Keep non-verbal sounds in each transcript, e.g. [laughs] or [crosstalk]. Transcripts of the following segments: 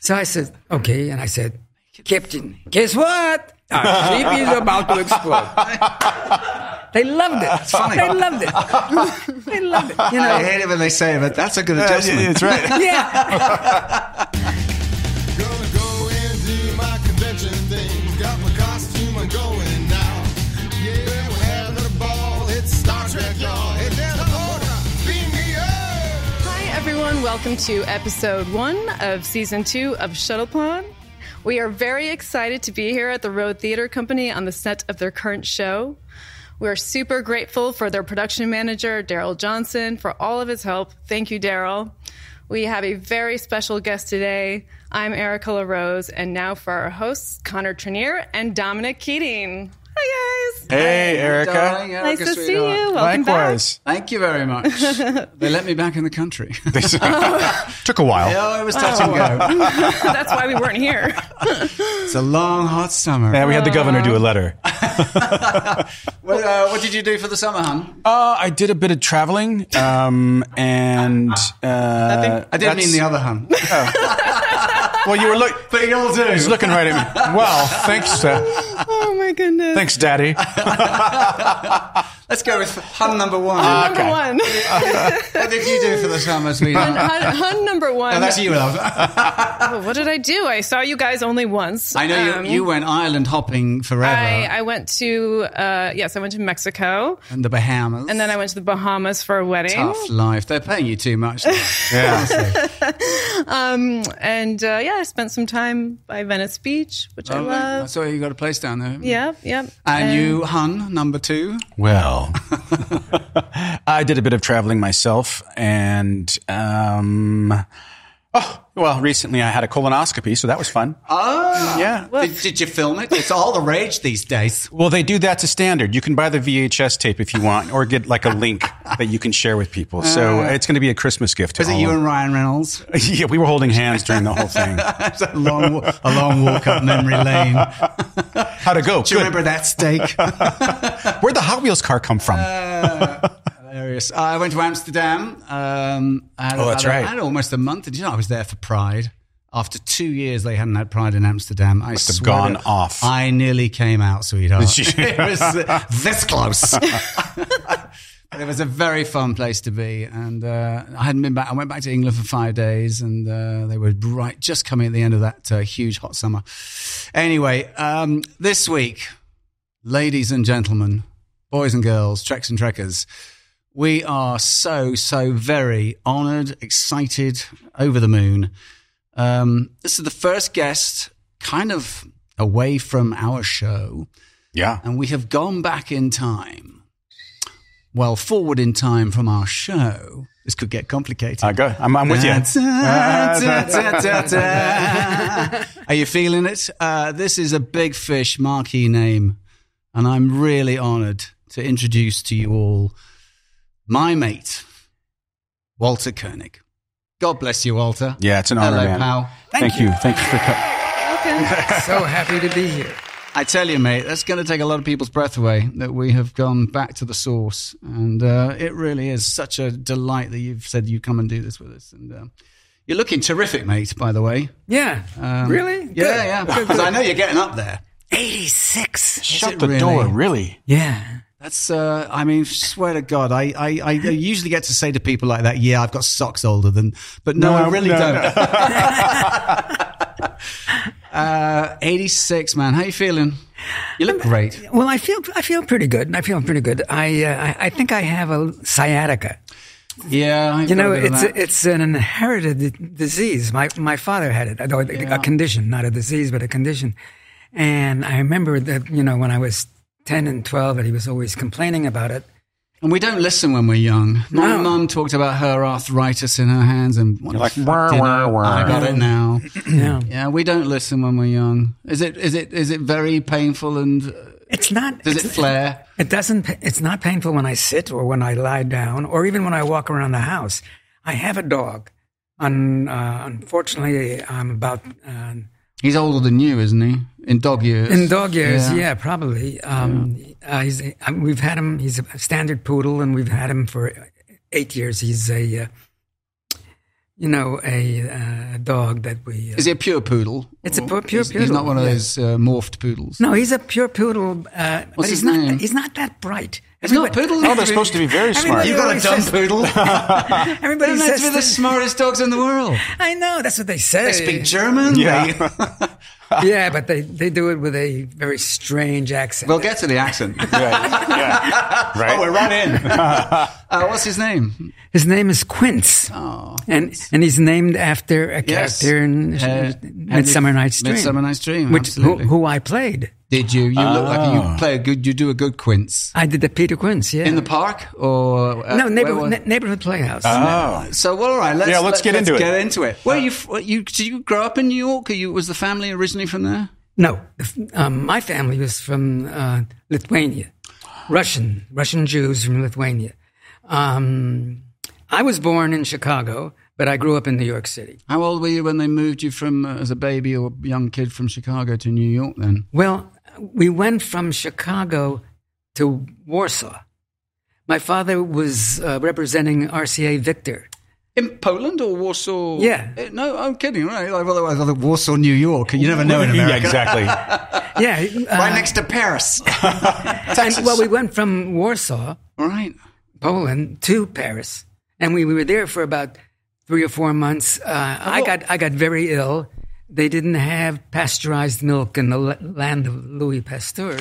So I said, okay. And I said, Captain, guess what? Our ship is about to explode. They loved it. They loved it. they loved it. You know, I hate it when they say it, but that's a [laughs] good adjustment. that's right. yeah. Gonna go and do my convention thing. Got my costume, I'm going now. Yeah, we're having a ball. It's Star Trek, y'all. Hey, down the border, beam me up. Hi, everyone. Welcome to episode one of season two of Shuttlepod. We are very excited to be here at the Road Theater Company on the set of their current show. We're super grateful for their production manager, Daryl Johnson, for all of his help. Thank you, Daryl. We have a very special guest today. I'm Erica LaRose, and now for our hosts, Connor Trenier and Dominic Keating. Hi, guys. Hey, Erica. Darling, Erica, Nice to see you. sweetheart. Welcome Likewise. Thank you very [laughs] much. they let me back in the country. [laughs] [laughs] Took a while. oh, it was touch and go. back. [laughs] That's why we weren't here. It's a long, hot summer. Yeah, we had the governor do a letter. What, uh, what did you do for the summer, hun? Uh, I did a bit of traveling, um, and uh, I didn't that's- mean the other [laughs] hun. Well, you were look. but you'll do. He's looking right at me. Well, thanks, uh, Oh, my goodness. thanks, Daddy. Let's go with hun number one. Ah, Number one. [laughs] what did you do for the summer, sweetheart? hun, hun number one. Oh, that's you, [laughs] love. Oh, what did I do? I saw you guys only once. I know Um, you, you went island hopping forever. I, I went to uh, yes, I went to Mexico, and the Bahamas. and then I went to the Bahamas for a wedding. Tough life. They're paying you too much. [laughs] though. Yeah. And uh, yeah, I spent some time by Venice Beach, which I I love. saw you got a place down there. Yep, yep. Oh, And you, hun, number two. Well, I did a bit of traveling myself, and um, oh, well, recently I had a colonoscopy, so that was fun. Oh, yeah. Did, did you film it? It's all the rage these days. Well, they do that to standard. You can buy the VHS tape if you want, or get like [laughs] a link that you can share with people. So it's going to be a Christmas gift. Uh. To Was it all you of- and Ryan Reynolds? [laughs] yeah, we were holding hands during the whole thing. [laughs] It's a long, wa- a long walk up memory lane. Do How to go? you Good. remember that [laughs] steak? Where'd the Hot Wheels car come from? Uh, Hilarious. Uh, I went to Amsterdam. Um, I had Oh, about that's a- right. I had almost a month. Did you know I was there for Pride? After two years, they hadn't had Pride in Amsterdam. I have swear gone to- off. I nearly came out, sweetheart. Did you? [laughs] it was uh, [laughs] this close. But it was a very fun place to be, and uh, I hadn't been back. I went back to England for five days, and uh, they were right just coming at the end of that uh, huge hot summer. Anyway, um, this week, ladies and gentlemen, boys and girls, treks and trekkers, we are so so very honoured, excited, over the moon. Um, this is the first guest, kind of away from our show yeah. and we have gone back in time. Well, forward in time from our show. This could get complicated. I Uh, go. I'm, I'm with you. Da, da, da, da, [laughs] da. Are you feeling it? Uh, this is a big fish marquee name, and I'm really honored to introduce to you all my mate, Walter Koenig. God bless you, Walter. Yeah, it's an honor, Hello, man. pal. Thank, you. Thank you for coming. So happy to be here. I tell you, mate, that's going to take a lot of people's breath away that we have gone back to the source. And uh, it really is such a delight that you've said you come and do this with us. And uh, you're looking terrific, mate, by the way. Yeah. really? Good. Yeah, yeah. Because I know you're getting up there. 86. Shut it the really? door, [laughs] really? Yeah. That's, uh, I mean, swear to God, I, I, I usually get to say to people like that, yeah, I've got socks older than, but no, I really no, don't. [laughs] uh, 86, man. How you feeling? You look great. Well, I feel I feel pretty good. I feel pretty good. I uh, I, I think I have a sciatica. Yeah. I've You got a know, bit of it's that. it's an inherited d- disease. My my father had it, although a- a condition, not a disease, but a condition. And I remember that you know when I was ten and twelve, that he was always complaining about it. And we don't listen when we're young. My No. mum talked about her arthritis in her hands and what the like, fuck "Wah, did wah, I- wah." I got it now. [clears throat] Yeah, yeah, we don't listen when we're young. Is it is it is it very painful and uh, it's not. does it it's- flare? It doesn't. pa- It's not painful when I sit or when I lie down or even when I walk around the house. I have a dog. Un, uh, unfortunately, I'm about uh, He's older than you, isn't he? In dog years. in dog years. Yeah. Yeah, probably. Um, Uh, he's, uh, we've had him. He's a standard poodle, and we've had him for eight years. He's a uh, you know, a uh, dog that we. Uh, Is he a pure poodle? It's a Or pu- pure he's, He's not poodle, one of yeah. those uh, morphed poodles. no, he's a pure poodle, uh, but he's What's his not. name? He's not that bright. It's not Everybody- poodles. No, they're supposed to be very smart. Everybody You've got a always dumb says- [laughs] poodle. Everybody They're says to be the that- smartest dogs in the world. I know that's what they say. They speak German. [laughs] Yeah. They- yeah, but they, they do it with a very strange accent. we'll get to the accent. Right. Yeah. Right. Oh, we're right in. [laughs] uh, what's his name? His name is Quince, Oh, and and he's named after a character in Uh, Midsummer Henry- Night's Dream. Midsummer Night's Dream. which who, absolutely. Ah. who I played. Did you? You look like you play a good. You do a good quince I did the Peter Quince. Yeah. in the park or uh, no where neighborhood, was- Uh-huh. ne- neighborhood playhouse. Oh. so well, all right. Ah. Let's, Yeah, let's get into it. Get into it. Uh, Where you? f- You did you grow up in New York? Or you was the family originally from there? No, the f- um, my family was from uh, Lithuania, Russian Russian Jews from Lithuania. Um, I was born in Chicago, but I grew up in New York City. How old were you when they moved you from uh, as a baby or young kid from Chicago to New York? Then Well, we went from Chicago to Warsaw. My father was uh, representing RCA Victor. in Poland or Warsaw? Yeah. Eh, No, I'm kidding. Right? Like, otherwise, I thought Warsaw, New York. You never know in America. Yeah, exactly. [laughs] Yeah, uh, Right next [laughs] to Paris. and, well, we went from Warsaw, right. Poland, to Paris, and we, we were there for about three or four months. Uh, Oh. I got I got very ill. They didn't have pasteurized milk in the la- land of Louis Pasteur,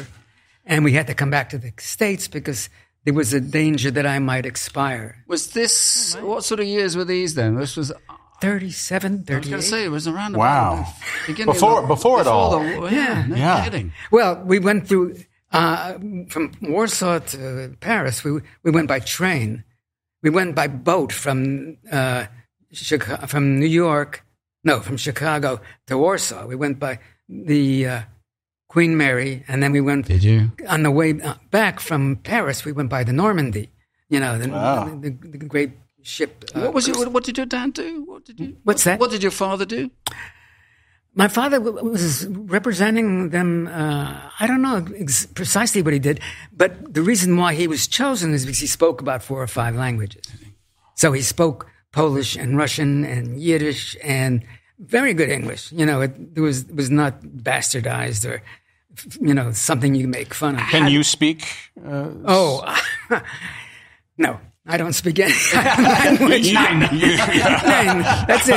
and we had to come back to the states because there was a danger that I might expire. Was this what sort of years were these then? This was I 37, was going 38. to say it was around about Wow. the beginning of Before- the- before it all. the- yeah, no Yeah. kidding. Well, we went through uh, from Warsaw to Paris. We we went by train. We went by boat from uh, Chica- from New York. No, from Chicago to Warsaw. We went by the uh, Queen Mary, and then we went Did you? on the way uh, back from Paris. We went by the Normandy. You know, the, Wow. the, the great ship. uh, What was your, what, what did your dad do? What did you? What's that? What did your father do? My father w- w- was representing them. Uh, I don't know ex- precisely what he did, but the reason why he was chosen is because he spoke about four or five languages. So he spoke Polish and Russian and Yiddish and very good English. You know, it, it was it was not bastardized or you know something you make fun of. Can you [laughs] speak? Uh, Oh, no, I don't speak any [laughs] language. Nine. That's it.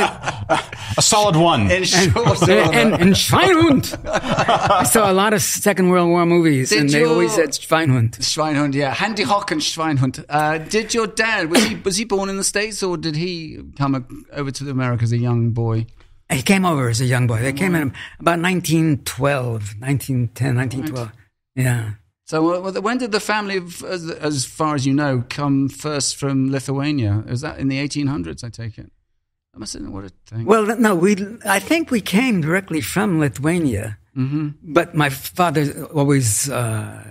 a [laughs] solid one. In short order. and, and Schweinhund. I saw a lot of Second World War movies, Did and they you- always said Schweinhund. Schweinhund, yeah, Handy Hock and Schweinhund. Uh, did your dad was he was he born in the states or did he come a, over to the Americas as a young boy? He came over as a young boy. They came in Mm. about 1912, 1910, 1912. Yeah. So uh, when did the family, f- as, as far as you know, come first from Lithuania? Was that in the 1800s? I take it. I must have what a thing. Well, th- no, we. I think we came directly from Lithuania, Mm-hmm. but my father always uh,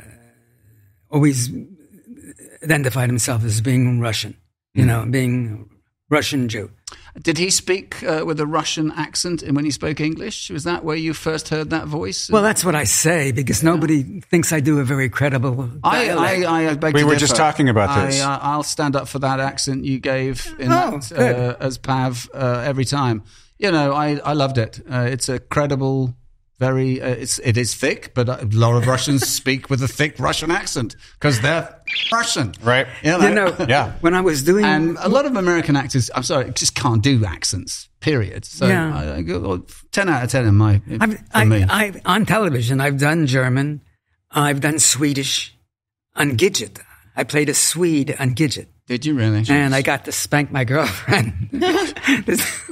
always identified himself as being Russian. Mm. You know, being Russian Jew. Did he speak uh, with a Russian accent in- when he spoke English? Was that where you first heard that voice? Well, that's what I say because nobody thinks I do a very credible. I, dialect. I, I beg We to were just differ. talking about I, this. uh, I'll stand up for that accent you gave in Oh, that, good. uh, as Pav uh, every time. You know, I, I loved it. Uh, it's a credible, very uh, it's it is thick, but uh, a lot of Russians [laughs] speak with a thick Russian accent because they're Russian, Right. You know, you know, Yeah. when I was doing and a lot of American actors, I'm sorry, just can't do accents. Period. So Yeah. I, I go, ten out of ten in my for I've, I, me. I, on television, I've done German, I've done Swedish on Gidget. I played a Swede on Gidget, Did you really? and I got to spank my girlfriend. [laughs] This-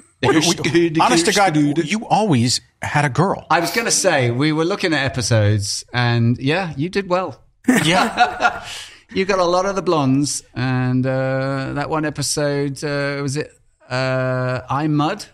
Honest to God, you always had a girl. I was going to say we were looking at episodes, and yeah, you did well. Yeah. You got a lot of the blondes, and uh, that one episode uh, was it uh, I Mud,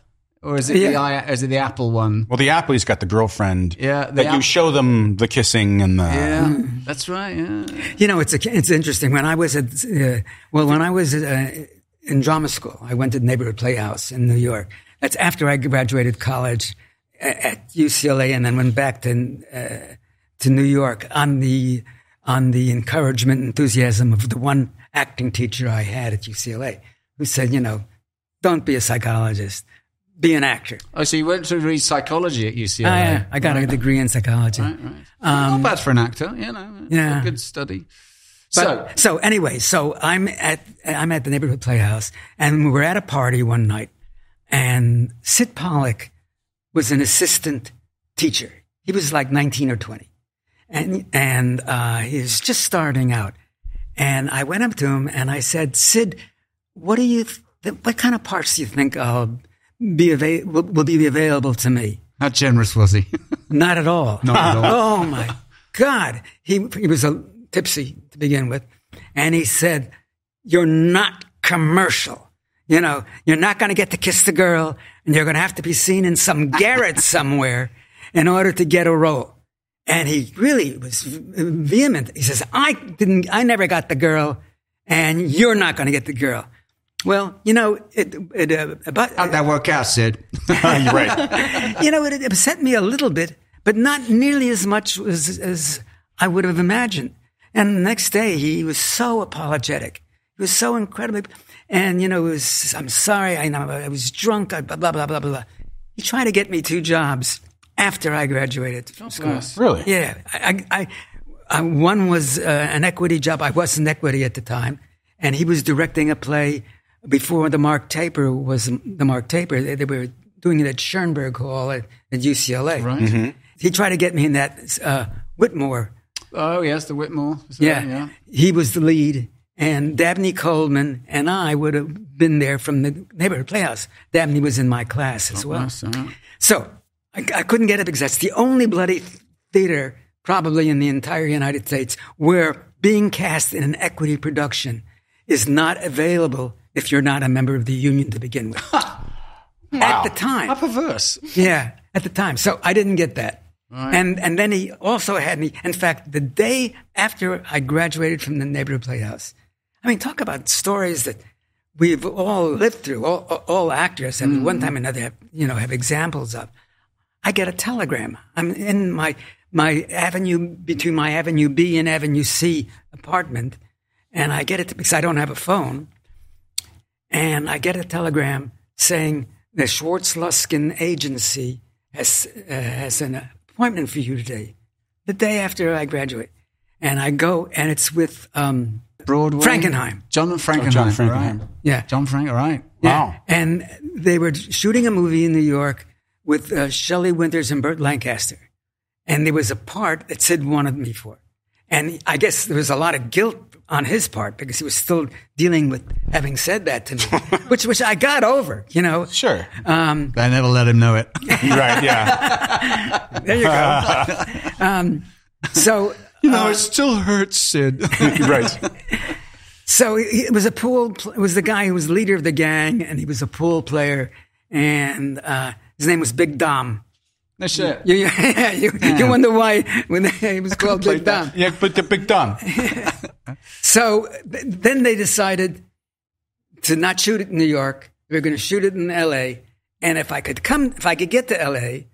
or is it the Yeah. I, is it the Apple one? [laughs] Well, the Appley's got the girlfriend. Yeah, the That you App- show them the kissing and the. Yeah, Mm. that's right. Yeah, you know, it's a, it's interesting. When I was at uh, well, when I was uh, in drama school, I went to neighborhood playhouse in New York. That's after I graduated college a- at UCLA, and then went back to uh, to New York on the on the encouragement, and enthusiasm of the one acting teacher I had at UCLA, who said, you know, don't be a psychologist. Be an actor. Oh, so you went to read psychology at UCLA? I, I got a degree in psychology. Oh, Right. Not bad for an actor, you know. Um, Yeah. Good study. so, But, so anyway, so I'm at I'm at the neighborhood playhouse, and we were at a party one night, and Sid Pollock was an assistant teacher. He was like 19 or 20, and and uh, he was just starting out. And I went up to him and I said, Sid, what do you? Th- what kind of parts do you think uh, be ava- will, will be available to me? how generous was he? Not at all. Not at all. oh my God. He he was a tipsy to begin with, and he said, "You're not commercial. You know, you're not going to get to kiss the girl, and you're going to have to be seen in some garret somewhere in order to get a role." And he really was vehement. He says, "I didn't. I never got the girl, and you're not going to get the girl." Well, you know, it, it uh, about [laughs] How'd that work out, Sid? You're right. you know, it upset me a little bit, but not nearly as much as, as I would have imagined. And the next day, he was so apologetic. He was so incredibly, and you know, it was, I'm sorry, I, know, I was drunk, I- blah, blah, blah, blah, blah. He tried to get me two jobs after I graduated from school. Really? Yeah, I, I, I, one was uh, an equity job. I was in equity at the time, and he was directing a play before the Mark Taper was the Mark Taper. They, they were doing it at Schoenberg Hall at, at UCLA. Right. He tried to get me in that uh, Whitmore. Oh, yes, the Whitmore. Is that- Yeah. yeah. he was the lead, and Dabney Coleman and I would have been there from the neighborhood playhouse. Dabney was in my class as well. Oh, Nice, all right. So I, I couldn't get it because that's the only bloody theater, probably in the entire United States, where being cast in an equity production is not available if you're not a member of the union to begin with. At the How time. perverse. Yeah, at the time. So I didn't get that. And and then he also had me. In fact, the day after I graduated from the neighborhood playhouse, I mean, talk about stories that we've all lived through. All, all actors, and one time or another, have, you know, have examples of. I get a telegram. I'm in my my avenue between my Avenue B and Avenue C apartment, and I get it because I don't have a phone and I get a telegram saying the Schwartz Luskin agency has uh, has an appointment for you today, the day after I graduate, and I go, and it's with um, Broadway. Frankenheim. John Frankenheim. John Frankenheim. Right. Yeah. John Frank, all right. Wow. and they were shooting a movie in New York with uh, Shelley Winters and Burt Lancaster, and there was a part that Sid wanted me for, and I guess there was a lot of guilt on his part because he was still dealing with having said that to me, which which I got over, you know. [laughs] Sure. They never let him know it. You're right. Yeah. [laughs] There you go. [laughs] um, so, [laughs] you [laughs] know, it still hurts, Sid. [laughs] You're right. so he- it was a pool. pl- It was the guy who was leader of the gang, and he was a pool player, and uh, his name was Big Dom. no shit. You, [laughs] you, you, you wonder why when [laughs] he was called Big Dom. Yeah, but the big dumb. So th- then they decided to not shoot it in New York. They were going to shoot it in L.A. And if I could come, if I could get to L.A.,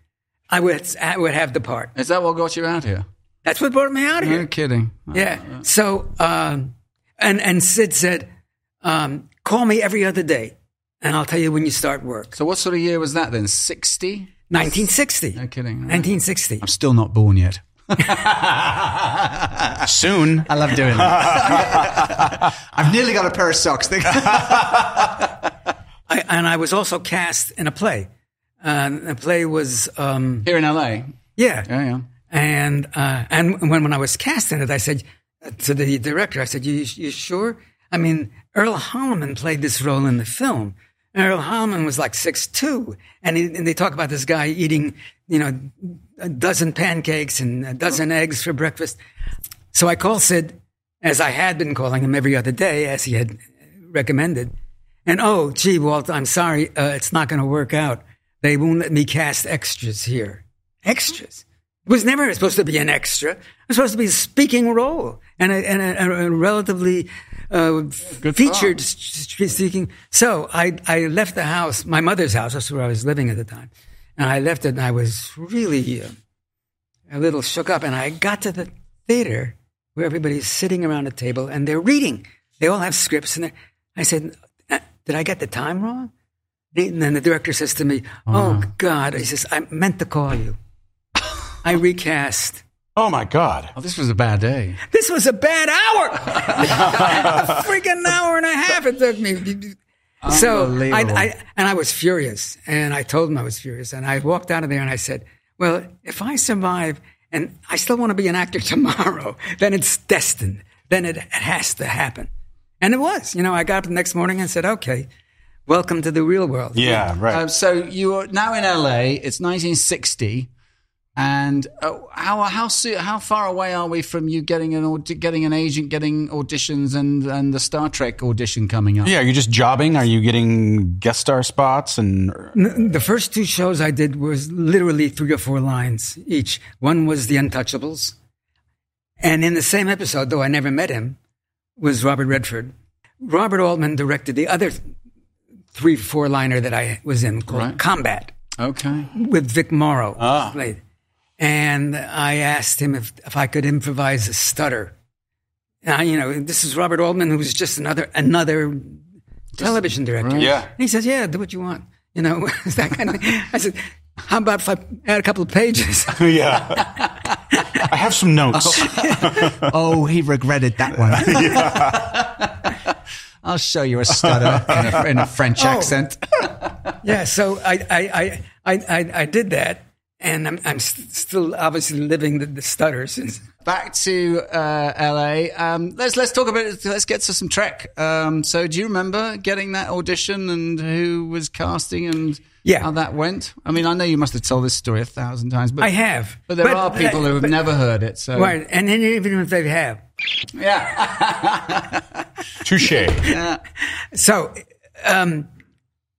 I would, I would have the part. Is that what got you out here? That's what brought me out here. No kidding. Yeah. So, um, and and Sid said, um, "Call me every other day, and I'll tell you when you start work." So what sort of year was that then? 60? 1960. No kidding. right. 1960. I'm still not born yet. Soon. I love doing that. [laughs] I've nearly got a pair of socks. [laughs] I, and I was also cast in a play. Uh, the play was, um, Here in LA. yeah. Yeah, yeah. And uh, and when, when I was cast in it, I said to the director, I said, "You you sure?" I mean, Earl Holliman played this role in the film. And Earl Holliman was like six two, and, he, and they talk about this guy eating, you know, a dozen pancakes and a dozen eggs for breakfast. So I called Sid, as I had been calling him every other day, as he had recommended. And oh, gee, Walt, I'm sorry, uh, it's not going to work out. They won't let me cast extras here. Extras? It was never supposed to be an extra. It was supposed to be a speaking role and a, and a, a relatively uh, featured s- s- speaking. So I, I left the house, my mother's house, that's where I was living at the time. And I left it and I was really uh, a little shook up. And I got to the theater where everybody's sitting around a table and they're reading. They all have scripts. And they're- I said, "Uh, Did I get the time wrong? And then the director says to me, "Oh God!" He says, "I meant to call you. I recast. Oh my God. Oh, this was a bad day. This was a bad hour. a freaking hour and a half it took me." So I, Unbelievable. I and I was furious, and I told him I was furious, and I walked out of there and I said, "Well, if I survive and I still want to be an actor [laughs] tomorrow, then it's destined. Then it, it has to happen." And it was. You know, I got up the next morning and said, "Okay, welcome to the real world." Yeah, right. Um, so you are now in LA. It's 1960, and uh, how how soo- how far away are we from you getting an aud- getting an agent, getting auditions, and and the Star Trek audition coming up? yeah, are you just jobbing? Are you getting guest star spots? And The first two shows I did was literally three or four lines each. One was The Untouchables. And in the same episode, though I never met him, was Robert Redford. Robert Altman directed the other three, four liner that I was in called Right. Combat Okay. with Vic Morrow. Played. And I asked him if, if I could improvise a stutter. Now, you know, this is Robert Altman, who was just another another television director. right. Yeah. And he says, "Yeah, do what you want." You know, [laughs] it's that kind of. I said, "How about if I add a couple of pages?" [laughs] [laughs] yeah, I have some notes. [laughs] Oh, he regretted that one. [laughs] I'll show you a stutter in a, in a French accent. yeah. So I I, I I I I did that, and I'm I'm st- still obviously living the, the stutter since. Back to uh, LA. Um, let's let's talk about it. Let's get to some Trek. Um, so, do you remember getting that audition and who was casting and Yeah. how that went? I mean, I know you must have told this story a thousand times, but I have, But there are people who have but- never heard it. So, Right, and then even if they have, yeah, Touche. So, um,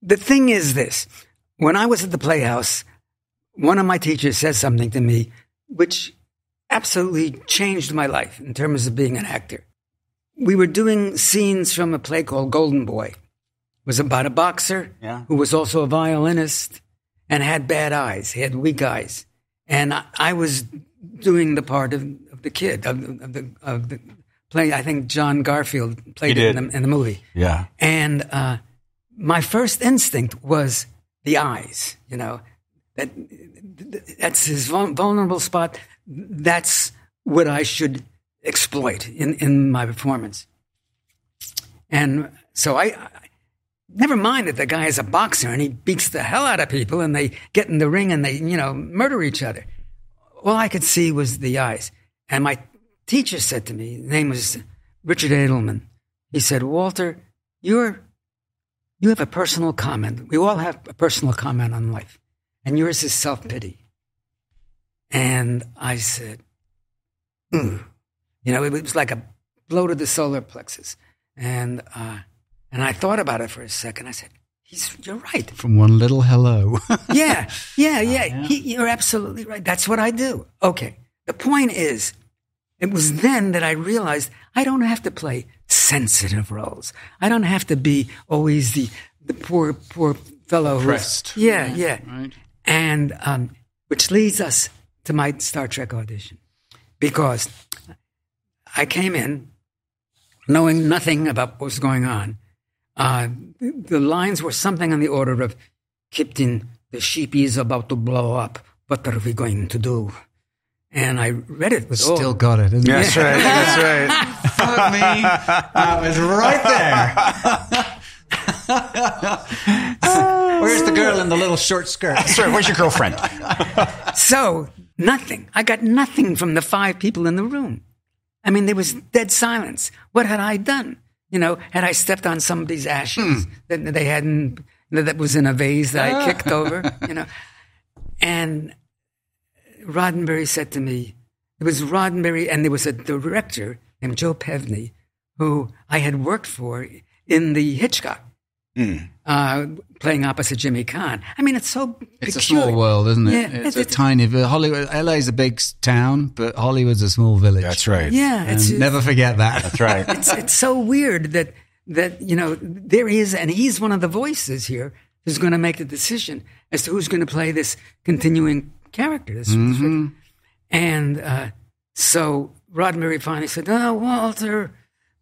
the thing is this: when I was at the Playhouse, one of my teachers said something to me, which absolutely changed my life in terms of being an actor. We were doing scenes from a play called Golden Boy. It was about a boxer Yeah. who was also a violinist and had bad eyes. He had weak eyes, and I, I was doing the part of, of the kid of, the- of the of the play. I think John Garfield played He it in did. the, in the movie. Yeah. And uh, my first instinct was the eyes, you know, that, that's his vul- vulnerable spot. That's what I should exploit in, in my performance. And so I, I, never mind that the guy is a boxer and he beats the hell out of people and they get in the ring and they, you know, murder each other. All I could see was the eyes. And my teacher said to me, his name was Richard Edelman. He said, Walter, you're, you have a personal comment. We all have a personal comment on life, and yours is self pity. And I said, "Ugh." you know, it was like a blow to the solar plexus. And, uh, and I thought about it for a second. I said, He's, you're right. from one little hello. [laughs] [laughs] Yeah, yeah, Oh, yeah. He, you're absolutely right. That's what I do. Okay. The point is, it was then that I realized I don't have to play sensitive roles. I don't have to be always the the poor poor fellow. who's- Oppressed. Yeah, yeah. right. And um, which leads us to my Star Trek audition because I came in knowing nothing about what was going on. Uh, the, the lines were something on the order of Kipton, the ship is about to blow up. What are we going to do? And I read it with Still all. got it. Isn't That's right. That's [laughs] right. it? Fuck me. That was right there. [laughs] [laughs] Where's the girl in the little short skirt? That's right. Where's your girlfriend? So, nothing. I got nothing from the five people in the room. I mean, there was dead silence. What had I done? You know, had I stepped on somebody's Hmm. ashes that that they hadn't, that was in a vase that Ah. I kicked [laughs] over, you know? And Roddenberry said to me, it was Roddenberry, and there was a director named Joe Pevney who I had worked for in the Hitchcock, Hmm. uh, playing opposite Jimmy Kahn. I mean, it's so It's a peculiar. small world, isn't it? Yeah, it's, it's- a it's- tiny vi- Hollywood. LA's a big s- town, but Hollywood's a small village. That's right. Yeah, And it's never forget that. That's right. it's, it's so weird that that you know there he is, and he's one of the voices here who's going to make the decision as to who's going to play this continuing character. This, and uh, so Roddenberry finally said, "Oh, uh, Walter,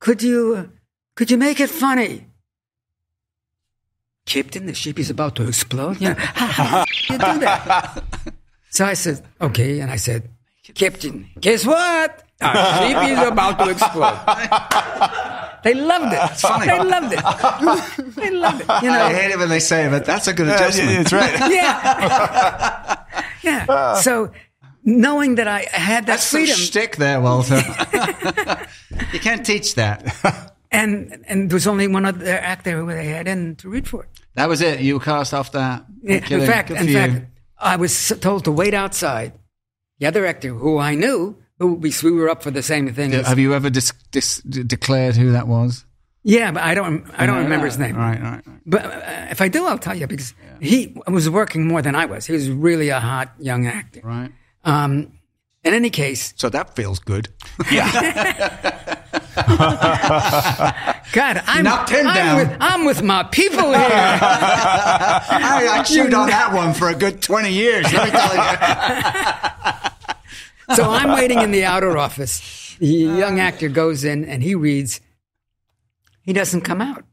could you could you make it funny?" Captain, the ship is about to explode. You know, [laughs] how the f- you do that? So I said, okay. And I said, Captain, guess what? Our ship is about to [laughs] explode. They loved it. funny. They loved it. [laughs] they loved it. You know, [laughs] I hate it when they say it, but that's a good adjustment. [laughs] That's right. yeah. [laughs] yeah. So knowing that I had that That's some freedom shtick [laughs] there, Walter. you can't teach that. and and there was only one other actor who they had in to read for it. That was it. You were cast off that. in Killer. fact, Good in for fact, you. I was told to wait outside. The other actor who I knew, who we, we were up for the same thing. as- have you ever dis- dis- de- declared who that was? yeah, but I don't I don't remember his name. Right, right, right. But uh, if I do, I'll tell you because he was working more than I was. He was really a hot young actor. right. Um, in any case, So that feels good. God, I'm, Knocked him I'm down. With, I'm with my people [laughs] here. [laughs] I, I chewed on that one for a good twenty years. Let me tell you. So I'm waiting in the outer office. The young actor goes in and he reads. He doesn't come out.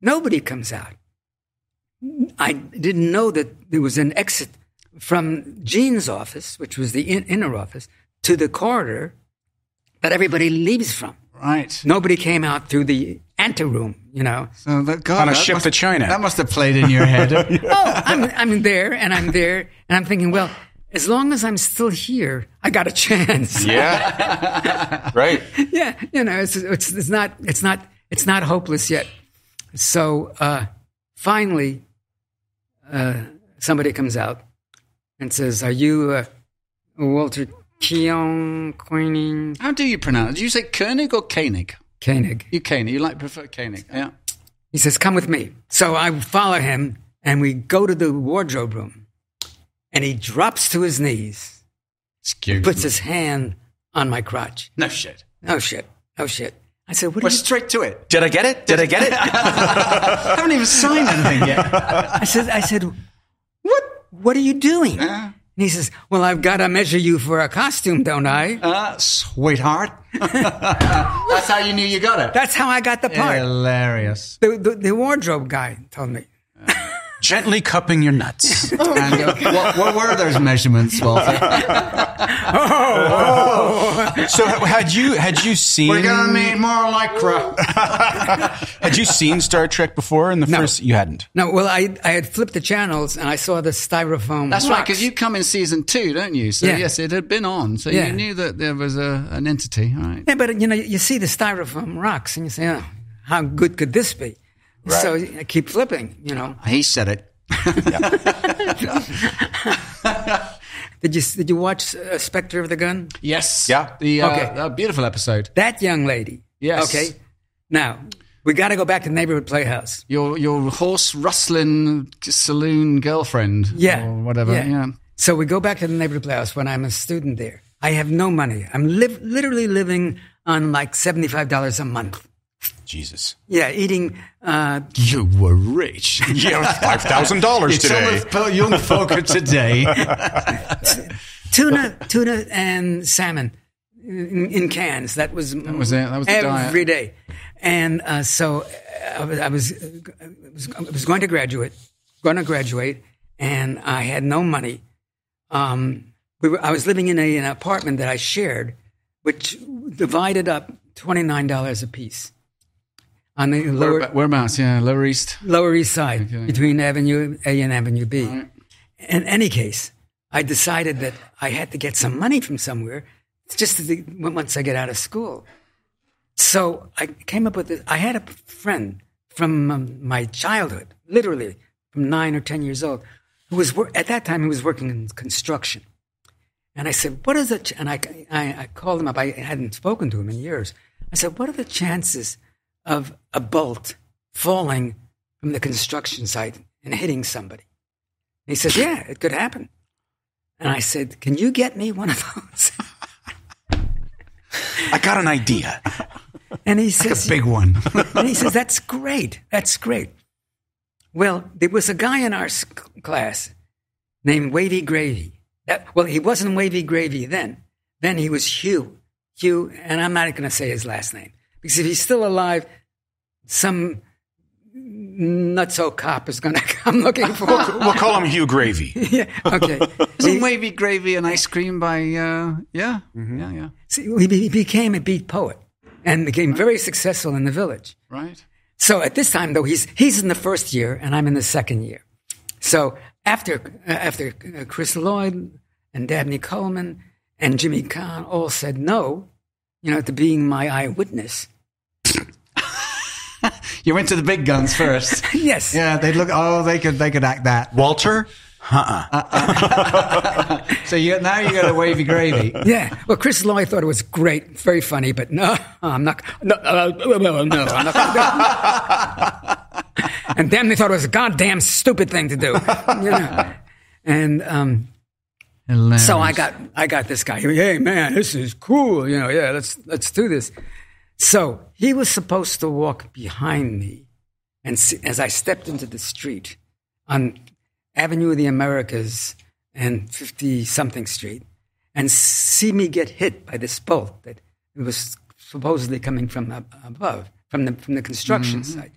Nobody comes out. I didn't know that there was an exit from Jean's office, which was the in- inner office, to the corridor that everybody leaves from. Right. Nobody came out through the anteroom, you know. So that, God, On a that ship must- to China. That must have played in your [laughs] head. oh, I'm, I'm there and I'm there and I'm thinking, well, as long as I'm still here, I got a chance. Yeah. [laughs] right. yeah, [laughs] you know, it's, it's it's not it's not it's not hopeless yet. So uh, finally, uh, somebody comes out and says, "Are you uh, Walter Keon Koenig?" How do you pronounce? it? Do you say Koenig or Koenig? Koenig. You Koenig. You like prefer Koenig? Yeah. He says, "Come with me." So I follow him, and we go to the wardrobe room, and he drops to his knees, Excuse puts his hand on my crotch. No shit. Oh shit! Oh shit! I said, "What?" We're Are you? straight to it. Did I get it? Did I get it? I haven't even signed anything yet. I said, "I said, what? What are you doing?" Uh-huh. And he says, Well, I've got to measure you for a costume, don't I? Uh, [laughs] sweetheart. That's how you knew you got it. That's how I got the part. [laughs] Hilarious. The, the, the wardrobe guy told me. Gently cupping your nuts. And uh, what, what were those measurements, [laughs] Walter? [laughs] so had you had you seen We're gonna need more lycra. [laughs] had you seen Star Trek before in the No. first you hadn't. No, well, I, I had flipped the channels and I saw the styrofoam. That's right, box. because you come in season two, don't you? So Yeah. yes, it had been on, so Yeah. you knew that there was a, an entity, all right? Yeah, but you know, you see the styrofoam rocks and you say, oh, how good could this be? So I keep flipping, you know. He said it. Did you, did you watch uh, Spectre of the Gun? Yes. Yeah. The uh, Okay. uh, beautiful episode. That young lady. Yes. Okay. Now, we got to go back to the neighborhood playhouse. Your your horse rustling saloon girlfriend. Yeah. Or whatever. Yeah. So we go back to the neighborhood playhouse when I'm a student there. I have no money. I'm liv- literally living on like $75 a month. Jesus. Yeah, eating. Uh, You were rich. [laughs] Yeah, five thousand dollars today. Some young folk of [laughs] today. tuna, tuna, and salmon in, in cans. That was that was it. That was the every day. and uh, so I was, I was I was I was going to graduate, going to graduate, and I had no money. Um, we were, I was living in a, an apartment that I shared, which divided up twenty nine dollars a piece on the lower Whereabouts? Yeah, Lower East. Lower East Side between Avenue A and Avenue B. In any case, I decided that I had to get some money from somewhere just to the, once I get out of school. So I came up with this. I had a friend from um, my childhood, literally from nine or 10 years old, who was wor- at that time he was working in construction. And I said, What is it? ch-" And I, I, I called him up. I hadn't spoken to him in years. I said, What are the chances of a bolt falling from the construction site and hitting somebody? And he says, Yeah, it could happen. And I said, Can you get me one of those? [laughs] I got an idea. And he says, Big one. and he says, "That's great. That's great." Well, there was a guy in our sc- class named Wavy Gravy. That, well, he wasn't Wavy Gravy then. Then he was Hugh. Hugh, and I'm not going to say his last name because if he's still alive, some nutso cop is going to [laughs] come looking for. [laughs] We'll call him Hugh Gravy. yeah, okay. [laughs] Some wavy gravy and ice cream by, uh, yeah, yeah, yeah. See, he be- he became a beat poet and became very successful in the village. Right. So at this time, though, he's he's in the first year and I'm in the second year. So after uh, after uh, Chris Lloyd and Dabney Coleman and Jimmy Kahn all said no, you know, to being my eyewitness. You went to the big guns first. Yes. [laughs] yeah, they'd look, oh, they could, they could act that. Walter? So you, now you got a wavy [laughs] gravy. Yeah. Well, Chris Lloyd thought it was great, very funny, but no, I'm not. No, uh, no, no, I'm not. and then they thought it was a goddamn stupid thing to do. You know? And um, Hilarious. so I got I got this guy. Hey man, this is cool. You know, yeah, let's let's do this. So he was supposed to walk behind me, and see, as I stepped into the street on Avenue of the Americas and fifty something Street, and see me get hit by this bolt that was supposedly coming from up above, from the from the construction site.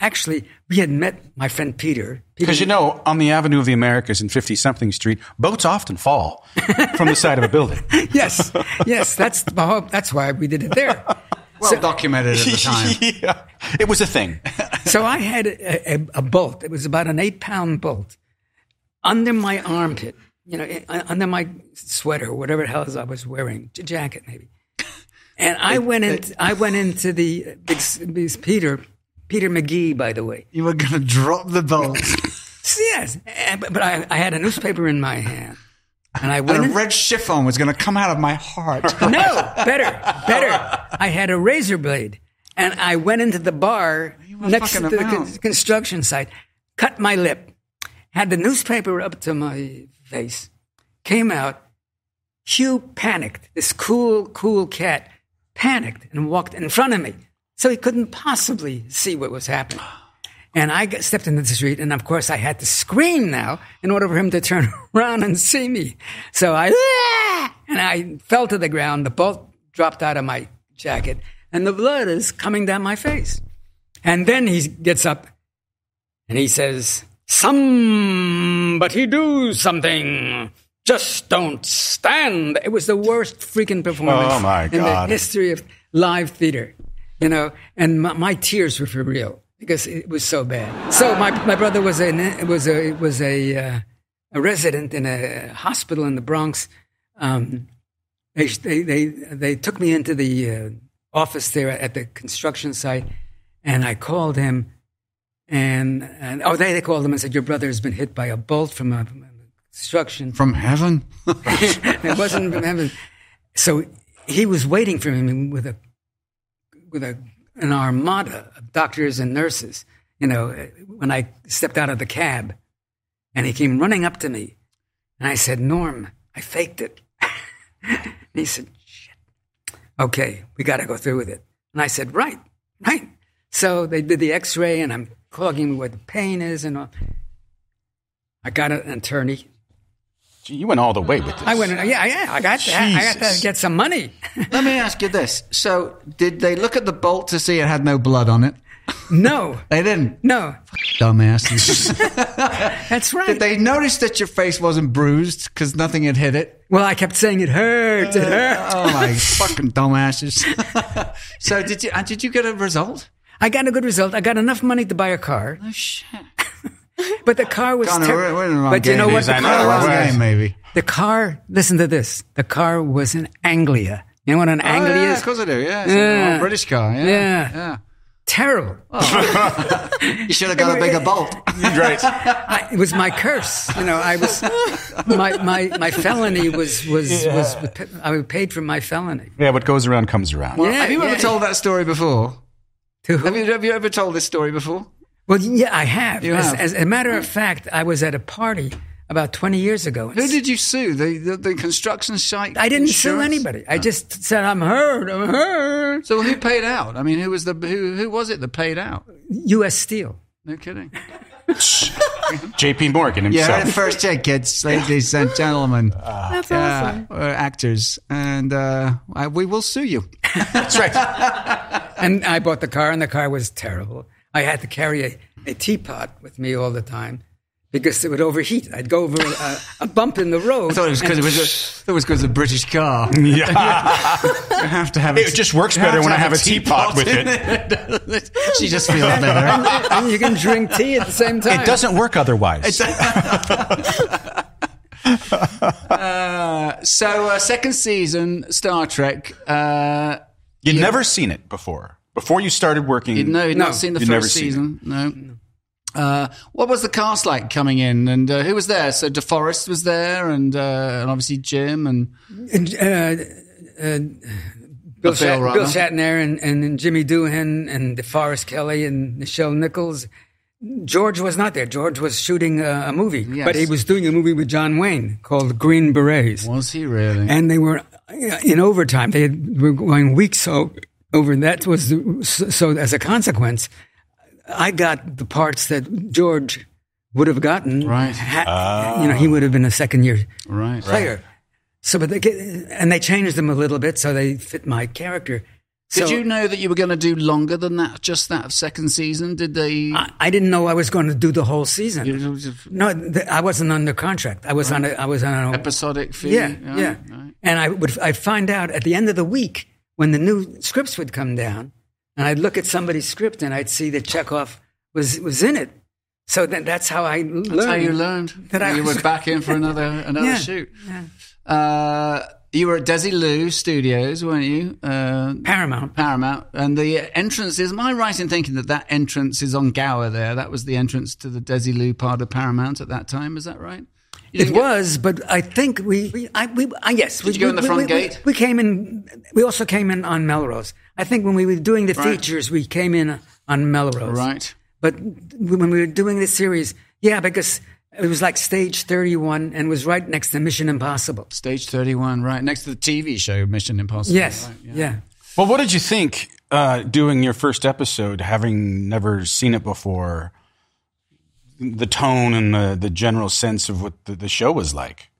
Actually, we had met my friend Peter. [laughs] Peter Because you know, on the Avenue of the Americas in 50 something Street, boats often fall from the side of a [laughs] building. yes, yes, that's the whole- that's why we did it there. well documented at [laughs] the time. yeah. It was a thing. So I had a, a, a bolt. It was about an eight pound bolt under my armpit, you know, i- under my sweater, whatever the hell I was wearing, j- jacket maybe. And I went in. I went into the big, s- this Peter, Peter McGee, by the way. You were going to drop the [laughs] bolt. Yes, and- but, but I, I had a newspaper in my hand, and I went. and a in- red chiffon was going to come out of my [laughs] heart. [laughs] no, better, better. I had a razor blade, and I went into the bar were next to fucking the around. con- construction site, cut my lip, had the newspaper up to my face, came out. Hugh panicked. This cool, cool cat panicked and walked in front of me, so he couldn't possibly see what was happening. And I got- stepped into the street, and of course, I had to scream now in order for him to [laughs] turn around and see me. So I, "Ah!" and I fell to the ground. The bolt dropped out of my jacket, and the blood is coming down my face. And then he gets up and he says, Somebody do something. Just don't stand. It was the worst freaking performance Oh, my in the God. history of live theater, you know. And my, my tears were for real because it was so bad. So my, my brother was an, was a was a uh, a resident in a hospital in the Bronx. Um, they, they they they took me into the uh, office there at the construction site, and I called him and, and oh, they, they called him and said, Your brother has been hit by a bolt from a from a construction. From heaven? [laughs] it wasn't from heaven. So he was waiting for him with a with a an armada of doctors and nurses. You know, when I stepped out of the cab, and he came running up to me, and I said, "Norm, I faked it." [laughs] and he said, "Shit, okay, we got to go through with it." And I said, "Right, right." So they did the X-ray, and I'm clogging where the pain is, and all. I got an attorney Gee, you went all the way with this. I went. Yeah, yeah. I got that. I got to Jesus. get some money. Let me ask you this. So, did they look at the bolt to see it had no blood on it? no, They didn't. no. [laughs] Dumbasses. That's right. did they notice that your face wasn't bruised because nothing had hit it? well, I kept saying it hurts. It hurts. [laughs] Oh my [laughs] fucking [laughs] dumbasses! so did you? And did you get a result? I got a good result. I got enough money to buy a car, Oh shit! [laughs] but the car was. Connor, ter- we're, we're in the wrong but game. you know what? Yes, The I know. car, Wrong was, Right. game, maybe. the car. Listen to this. The car was an Anglia. You know what an Anglia oh, yeah, is? of course I do. Yeah, it's Yeah. a old British car. Yeah. Yeah. Terrible. You should have got a bigger bolt. [laughs] right. I, it was my curse. You know, I [laughs] was my my, my felony was was was I paid for my felony. Yeah, what goes around comes around. Yeah, have you yeah. ever told that story before? To who? Have you, have you ever told this story before? Well, yeah, I have. You as, have. as a matter of fact, I was at a party about 20 years ago. Who did you sue? The the, the construction site. I didn't sue insurance? anybody. I just said, I'm hurt, I'm hurt. So who paid out? I mean, who was the who? Who was it that paid out? U.S. Steel. No kidding. JP Morgan Yeah, himself. the first check, kids, ladies and [laughs] gentlemen. That's Yeah, awesome. we're uh, actors, and uh, I, we will sue you. That's right. [laughs] And I bought the car, and the car was terrible. I I had to carry a, a teapot with me all the time because it would overheat. I'd go over a, a bump in the road. I thought it was because it was a, that was because a British car. You [laughs] [laughs] Yeah. have to have It just works you have better to when I have a teapot with in it. [laughs] she just feels better. and you can drink tea at the same time. it doesn't work otherwise. Uh, so uh, second season Star Trek. Uh, You'd never seen it before. Before you started working. no, you'd No, not seen the you'd first never seen season. No. Uh, what was the cast like coming in, and uh, who was there? So DeForest was there, and, uh, and obviously Jim, and uh, uh, Bill, Bill Shat- Ratner. Bill Shatner and, and, then Jimmy Doohan and DeForest Kelly and Michelle Nichols. George was not there. George was shooting a, a movie, but he was doing a movie with John Wayne called Green Berets. was he really? And they were uh, in overtime. They had, were going weeks o- over. and That was the, so, so. As a consequence, I got the parts that George would have gotten. Right. ha- you know, he would have been a second year right. player. So, but they get, and they changed them a little bit so they fit my character. So Did you know that you were going to do longer than that, just that second season? Did they? I, I didn't know I was going to do the whole season. it was a f- no, th- I wasn't under contract. I was on a. I was on a episodic fee? Yeah, yeah. And I would I find out at the end of the week when the new scripts would come down, and I'd look at somebody's script and I'd see that Chekhov was was in it. So then that's how I learned. That's how you learned That I you was- [laughs] were back in for another another Yeah, shoot. Uh, you were at Desi Lou Studios, weren't you? Uh, Paramount. Paramount, and the entrance is. Am I right in thinking that that entrance is on Gower there? That was the entrance to the Desi Lou part of Paramount at that time. Is that right? You It didn't get- was, but I think we, we, I, we I, yes. we, you go we- in the we- front we- gate? We, came in. We also came in on Melrose. I think when we were doing the Right. features, we came in on Melrose. right. But when we were doing this series, yeah, because it was like stage thirty-one and was right next to Mission Impossible. Stage thirty-one, right next to the TV show Mission Impossible. Yes. right? yeah. Well, what did you think uh, doing your first episode, having never seen it before? The tone and the, the general sense of what the, the show was like.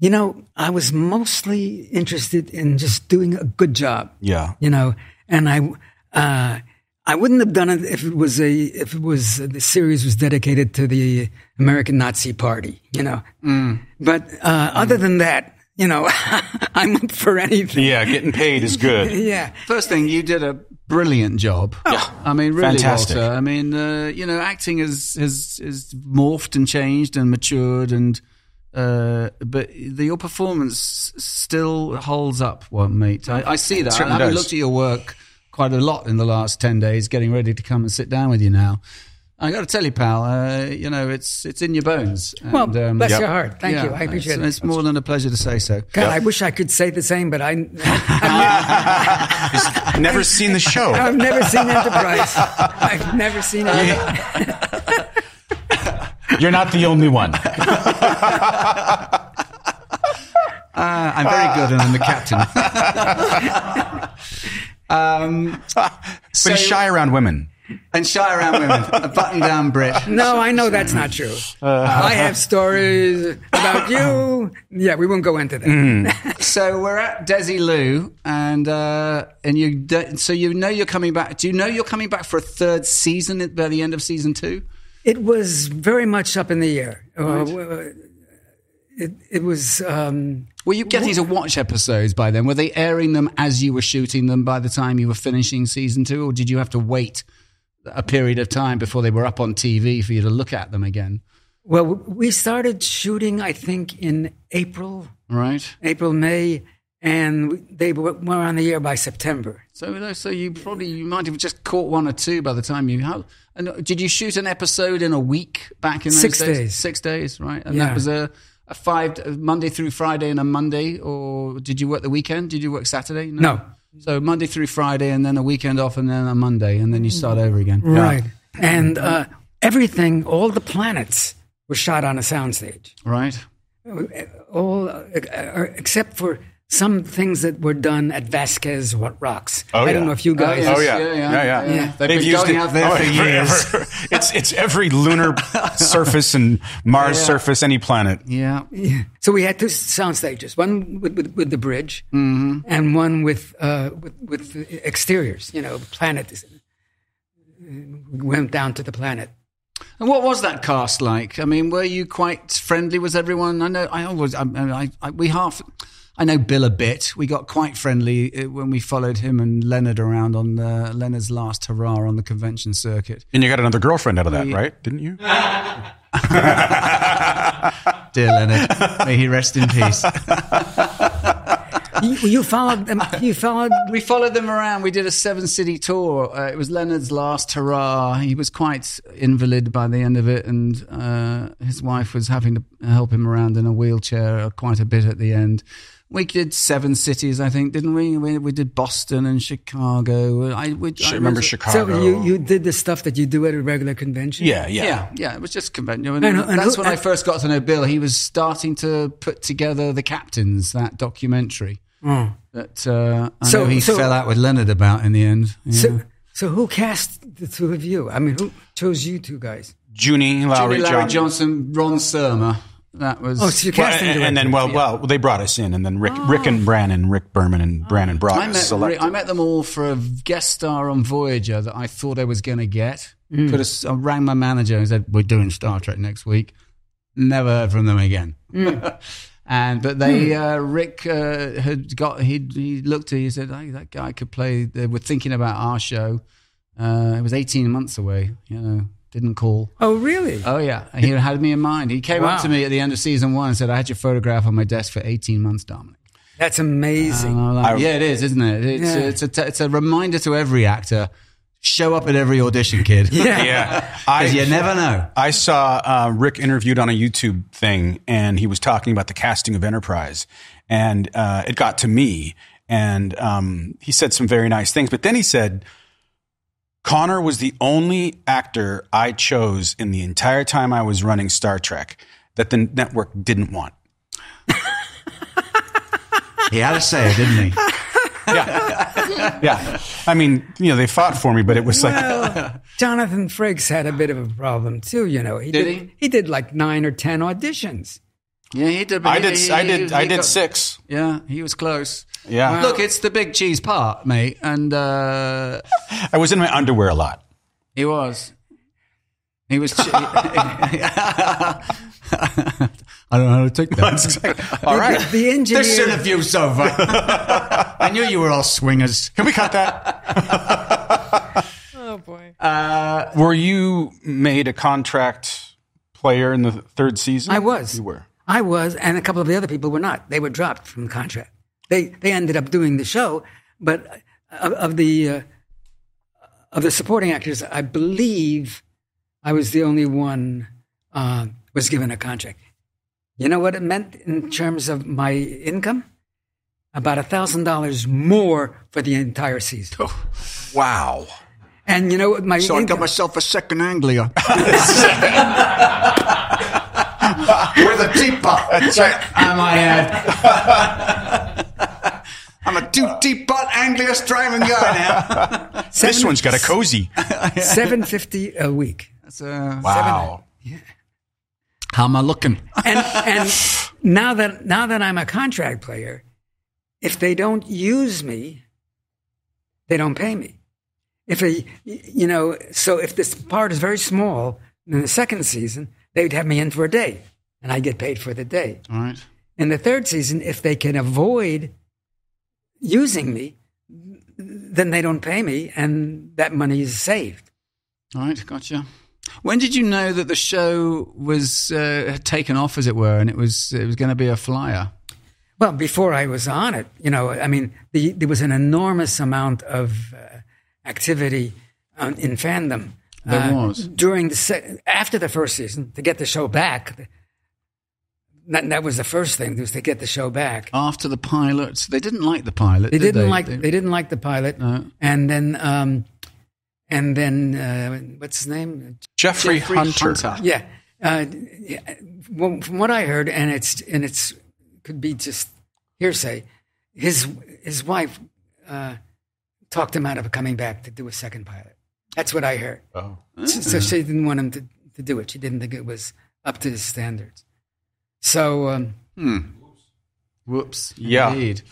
You know, I was mostly interested in just doing a good job. Yeah. You know, and I, uh, I wouldn't have done it if it was a if it was the series was dedicated to the American Nazi Party. You know, Mm. but uh, other than that, you know, [laughs] I'm up for anything. Yeah, getting paid [laughs] is good. Yeah. First thing, you did a brilliant job. I mean, really, Oh, Fantastic. Walter. I mean, uh, you know, acting has has has morphed and changed and matured, and uh, but the, your performance still holds up, well, mate. I, I see that. I certainly haven't does. looked at your work quite a lot in the last ten days, getting ready to come and sit down with you now. I got to tell you, pal. Uh, you know, it's it's in your bones. Well, And, bless Yep. your heart. Thank um, yeah, you. I appreciate it's, it. It's more than a pleasure to say so. God, I wish I could say the same, but [laughs] I, never seen the show. I've never seen Enterprise. [laughs] I've never seen Enterprise. You're not the only one. I'm very good, and I'm the captain. [laughs] But he's shy around women. and shy around women. A button-down Brit. No, I know that's not true. I have stories about you. Yeah, we won't go into that. So we're at Desi Lou, and uh, and you. d- So you know you're coming back. Do you know you're coming back for a third season at- by the end of season two? It was very much up in the air. Uh, w- it, it was. Um, Were you getting to watch episodes by then? Were they airing them as you were shooting them by the time you were finishing season two, or did you have to wait a period of time before they were up on TV for you to look at them again? well, we started shooting, I think, in April, Right. April, May, and we- they were were on the air by September. So, so you probably you might have just caught one or two by the time you. How, and uh, did you shoot an episode in a week back in those Six days? days. Six days, right? And Yeah. that was a, a five a Monday through Friday and a Monday, or did you work the weekend? Did you work Saturday? No. So Monday through Friday, and then a weekend off, and then a Monday, and then you start over again. Mm. Right. And uh, everything, all the planets were shot on a soundstage. Right. Oh, all uh, uh, except for some things that were done at Vasquez What Rocks. Oh, I don't yeah. know if you guys. yes. Oh, yeah. Yeah, yeah. Yeah. They've, been going out there oh, for forever. years. [laughs] It's it's every lunar surface and Mars surface, any planet. Yeah. So we had two sound stages: one with, with, with the bridge, Mm-hmm. and one with, uh, with with the exteriors. You know, planet uh, went down to the [laughs] planet. And what was that cast like? I mean, were you quite friendly? Was everyone? I know. I always. I, I, I we half. I know Bill a bit. We got quite friendly uh, when we followed him and Leonard around on uh, Leonard's last hurrah on the convention circuit. And you got another girlfriend out of that, right? Didn't you? Dear Leonard, may he rest in peace. You, you followed them. You followed. we followed them around. We did a seven city tour. Uh, it was Leonard's last hurrah. He was quite invalid by the end of it, and uh, his wife was having to help him around in a wheelchair uh, quite a bit at the end. We did seven cities, I think, didn't we? We, we did Boston and Chicago. I, we, I remember So Chicago. you, you did the stuff that you do at a regular convention. yeah, yeah, Yeah, yeah, it was just conventional. And who- and That's who- when I and- first got to know Bill. He was starting to put together the captains, that documentary that uh, Hmm. I So- know he so- fell out with Leonard about in the end. Yeah. Mm-hmm. So, so who cast the two of you? I mean, who chose you two guys? Junie, Lowry, Larry, John- Johnson, Ron Sermer. That was. Oh, so you Well, casting and, Oh. and director. then, well, well, they brought us in, and then Rick, Rick and Brannon, Rick Berman and Brannon brought I us. met, select- I met them all for a guest star on Voyager that I thought I was going to get. Could have, I rang my manager and said, "We're doing Star Trek next week." Never heard from them again. [laughs] and but they, uh, Rick uh, had got he he looked at he said, hey, "That guy could play." They were thinking about our show. Uh, it was eighteen months away. You know, didn't call. Oh, really? Oh yeah, he had me in mind. He came Wow. up to me at the end of season one and said, "I had your photograph on my desk for eighteen months, Dominic." That's amazing. And I'm like, I- yeah, it is, isn't it? It's, Yeah. it's, a t- it's a reminder to every actor show up at every audition, kid. [laughs] yeah. [laughs] yeah, Because you never know. I saw uh, Rick interviewed on a YouTube thing, and he was talking about the casting of Enterprise, and uh, it got to me, and um, he said some very nice things, but then he said. Connor was the only actor I chose in the entire time I was running Star Trek that the network didn't want. He had a say, didn't he? Yeah. I mean, you know, they fought for me, but it was like, Well, Jonathan Frakes had a bit of a problem too. You know, he Did he? He did like nine or ten auditions. [laughs] Yeah, he did. but I he- did, he- I did, he- I he did got- six. Yeah, he was close. Yeah. Wow. Look, it's the big cheese part, mate, and uh, I was in my underwear a [laughs] lot. he was. He was. Che- [laughs] I don't know how to take that. All right. The engineer. This interview's over. [laughs] I knew you were all swingers. Can we cut that? Oh boy. uh, Were you made a contract player in the third season? I was. You were. I was, and a couple of the other people were not. They were dropped from the contract. They they ended up doing the show, but of, of the uh, of the supporting actors, I believe I was the only one uh, was given a contract. You know what it meant in terms of my income? About a thousand dollars more for the entire season. Wow. And you know what my So I got income- myself [laughs] a second Anglia. With a teapot. That's right. Am I uh, I'm a two teapot Anglia striving guy now. This one's got a cozy. seven fifty a week. That's, uh, Wow. How am I looking? and and now that now that I'm a contract player, if they don't use me, they don't pay me. If a you know, so if this part is very small in the second season, they'd have me in for a day, and I get paid for the day. All right. In the third season, if they can avoid using me, then they don't pay me, and that money is saved. All right. Gotcha. When did you know that the show was uh, had taken off, as it were, and it was it was going to be a flyer? Well, before I was on it, you know, I mean, the, there was an enormous amount of uh, activity um, in fandom. There uh, was. during the se- after the first season to get the show back. That, that was the first thing was to get the show back. After the pilot, they didn't like the pilot. they Oh, did didn't they? Uh-huh. like they, didn't like the pilot, and then um, and then uh, what's his name? Jeffrey, Jeffrey Hunter. Hunter. Yeah, uh, yeah, well, from what I heard, and it's and it's could be just hearsay. His his wife uh, talked him out of coming back to do a second pilot. That's what I heard. Oh. So, so she didn't want him to, to do it. She didn't think it was up to his standards. So um, Whoops. Yeah. Indeed.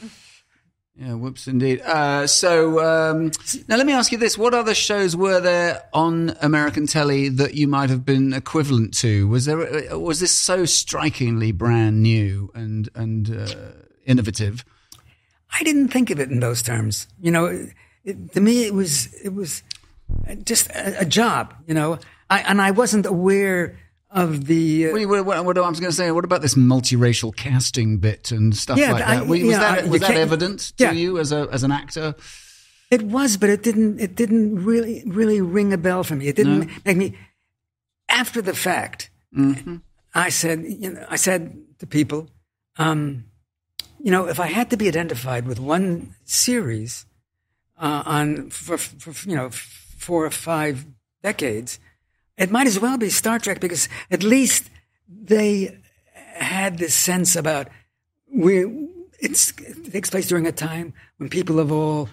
Yeah, whoops, indeed. Uh, so um, now let me ask you this: What other shows were there on American telly that you might have been equivalent to? Was there? uh, Was this so strikingly brand new and and uh, innovative? I didn't think of it in those terms. You know, it, to me, it was it was just a, a job. You know, I, and I wasn't aware of the. uh, What, do you- what, what, what I was going to say. What about this multiracial casting bit and stuff Yeah, like I- that? was yeah, that, I- was you that can't- evident yeah. to you as a as an actor? It was, but it didn't. It didn't really, really ring a bell for me. It didn't make me. After the fact, I said, you know, I said to people, um, you know, if I had to be identified with one series uh, on for, for you know four or five decades, it might as well be Star Trek because at least they had this sense about we it's, it takes place during a time when people of all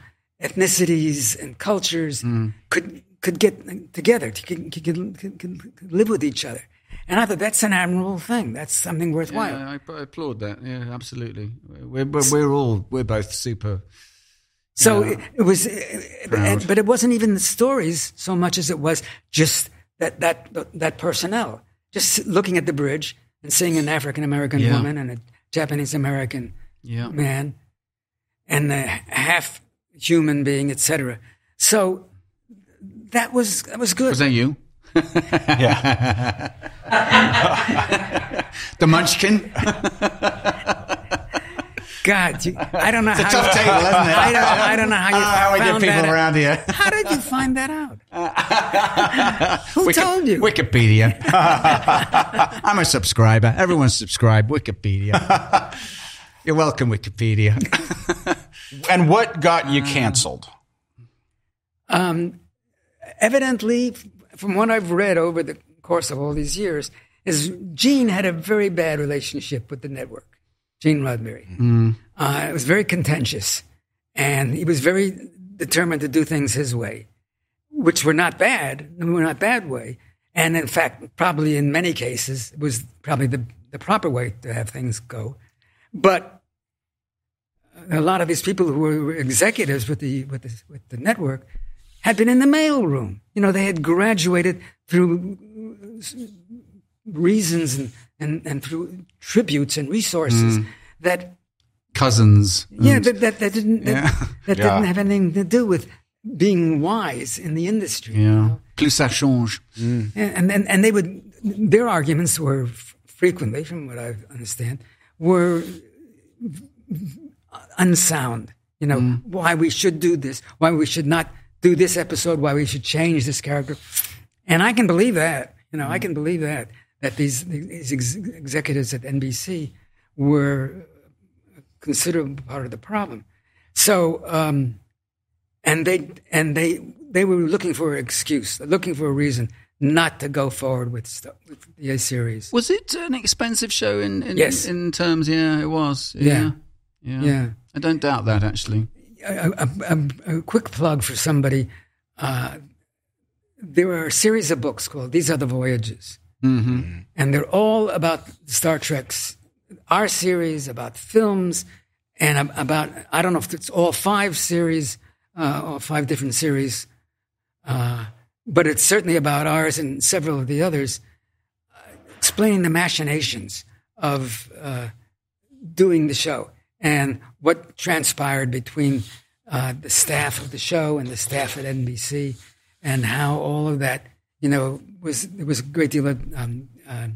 ethnicities and cultures could could get together, could, could, could, could- could live with each other. And I thought that's an admirable thing. That's something worthwhile. Yeah, I, I applaud that. Yeah, absolutely. We're, we're, we're all we're both super. So it, it was, but, but it wasn't even the stories so much as it was just that that that personnel. Just looking at the bridge and seeing an African American Yeah. woman and a Japanese American Yeah. man and a half human being, etc. So that was that was good. Was that you? Yeah. The Munchkin. God, you, I don't know how tough you, table, isn't it? I don't, I don't know how you [laughs] I found get people that out. around here. How did you find that out? [laughs] Who told you? Wikipedia. I'm a subscriber. Everyone's subscribed. Wikipedia. You're welcome, Wikipedia. and what got you canceled? um, evidently, f- from what I've read over the course of all these years, is Gene had a very bad relationship with the network. Gene Roddenberry. Uh, it was very contentious, and he was very determined to do things his way, which were not bad, were not bad way. And in fact, probably in many cases, it was probably the, the proper way to have things go. But a lot of these people who were executives with the with the, with the network had been in the mailroom. You know, they had graduated through reasons and, and, and through tributes and resources Mm. that Cousins. yeah that, that, that didn't that, that Yeah. didn't have anything to do with being wise in the industry. you Yeah. know? Plus ça change. and and and they would their arguments were f- frequently, from what I understand, were unsound. You know why we should do this, why we should not do this episode, why we should change this character, and I can believe that. You know, I can believe that that these these ex- executives at NBC were a considerable part of the problem. So. Um, and they and they they were looking for an excuse, looking for a reason not to go forward with, st- with the series. Was it an expensive show in, in, Yes. in terms? Yeah, it was. Yeah. Yeah. Yeah. I don't doubt that, actually. A, a- a- a quick plug for somebody: uh, there are a series of books called "These Are the Voyages," mm-hmm. and they're all about Star Trek's our series, about films, and ab- about I don't know if it's all five series uh, or five different series, uh, but it's certainly about ours and several of the others. uh, explaining the machinations of uh, doing the show and what transpired between uh, the staff of the show and the staff at NBC, and how all of that, you know, was there was a great deal of um, uh,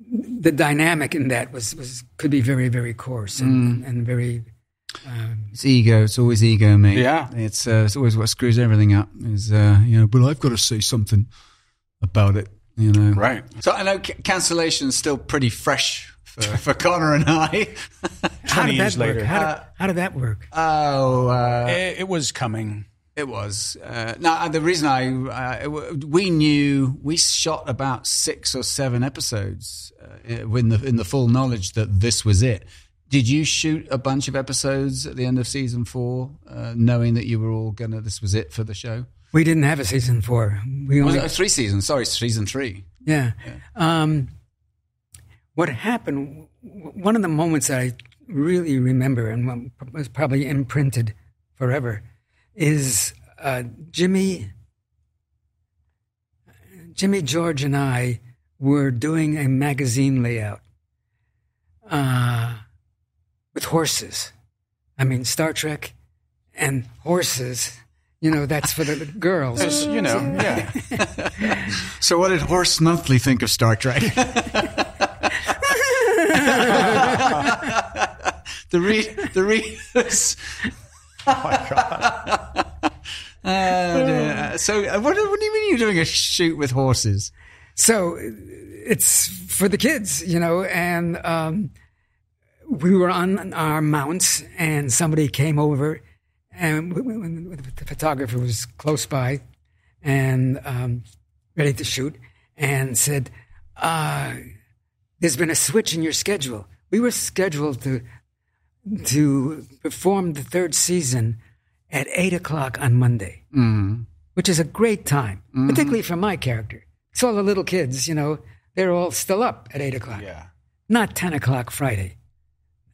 the dynamic in that was, was could be very very coarse and, and very It's ego. It's always ego, mate. Yeah. It's uh, it's always what screws everything up. Is uh, you know, but I've got to say something about it. You know, Right. So I know c- cancellation is still pretty fresh for, [laughs] for Connor and I. [laughs] how 20 did years that work? later. How, did, how did that work? oh, uh, It, it was coming. It was. Uh, no, uh, the reason I uh, it w- we knew we shot about six or seven episodes uh, in the in the full knowledge that this was it. Did you shoot a bunch of episodes at the end of season four, uh, knowing that you were all gonna this was it for the show? We didn't have a season four. We Was only it oh, three seasons? Sorry, season three. Yeah. Um, what happened? w- One of the moments that I really remember and what was probably imprinted forever is uh, Jimmy. Jimmy George and I were doing a magazine layout uh, with horses. I mean, Star Trek and horses. You know, that's for the girls. Just, you know, yeah. So, what did Horse Monthly think of Star [laughs] Trek? the re- the readers. [laughs] Oh my god. so, uh, what, what do you mean you're doing a shoot with horses? so it's for the kids, you know, and um, we were on our mounts, and somebody came over, and w- w- w- the photographer was close by, and um, ready to shoot, and said, uh, "There's been a switch in your schedule. We were scheduled to to perform the third season at eight o'clock on Monday." which is a great time, particularly for my character. It's all the little kids, you know, they're all still up at eight o'clock, Yeah. not 10 o'clock Friday.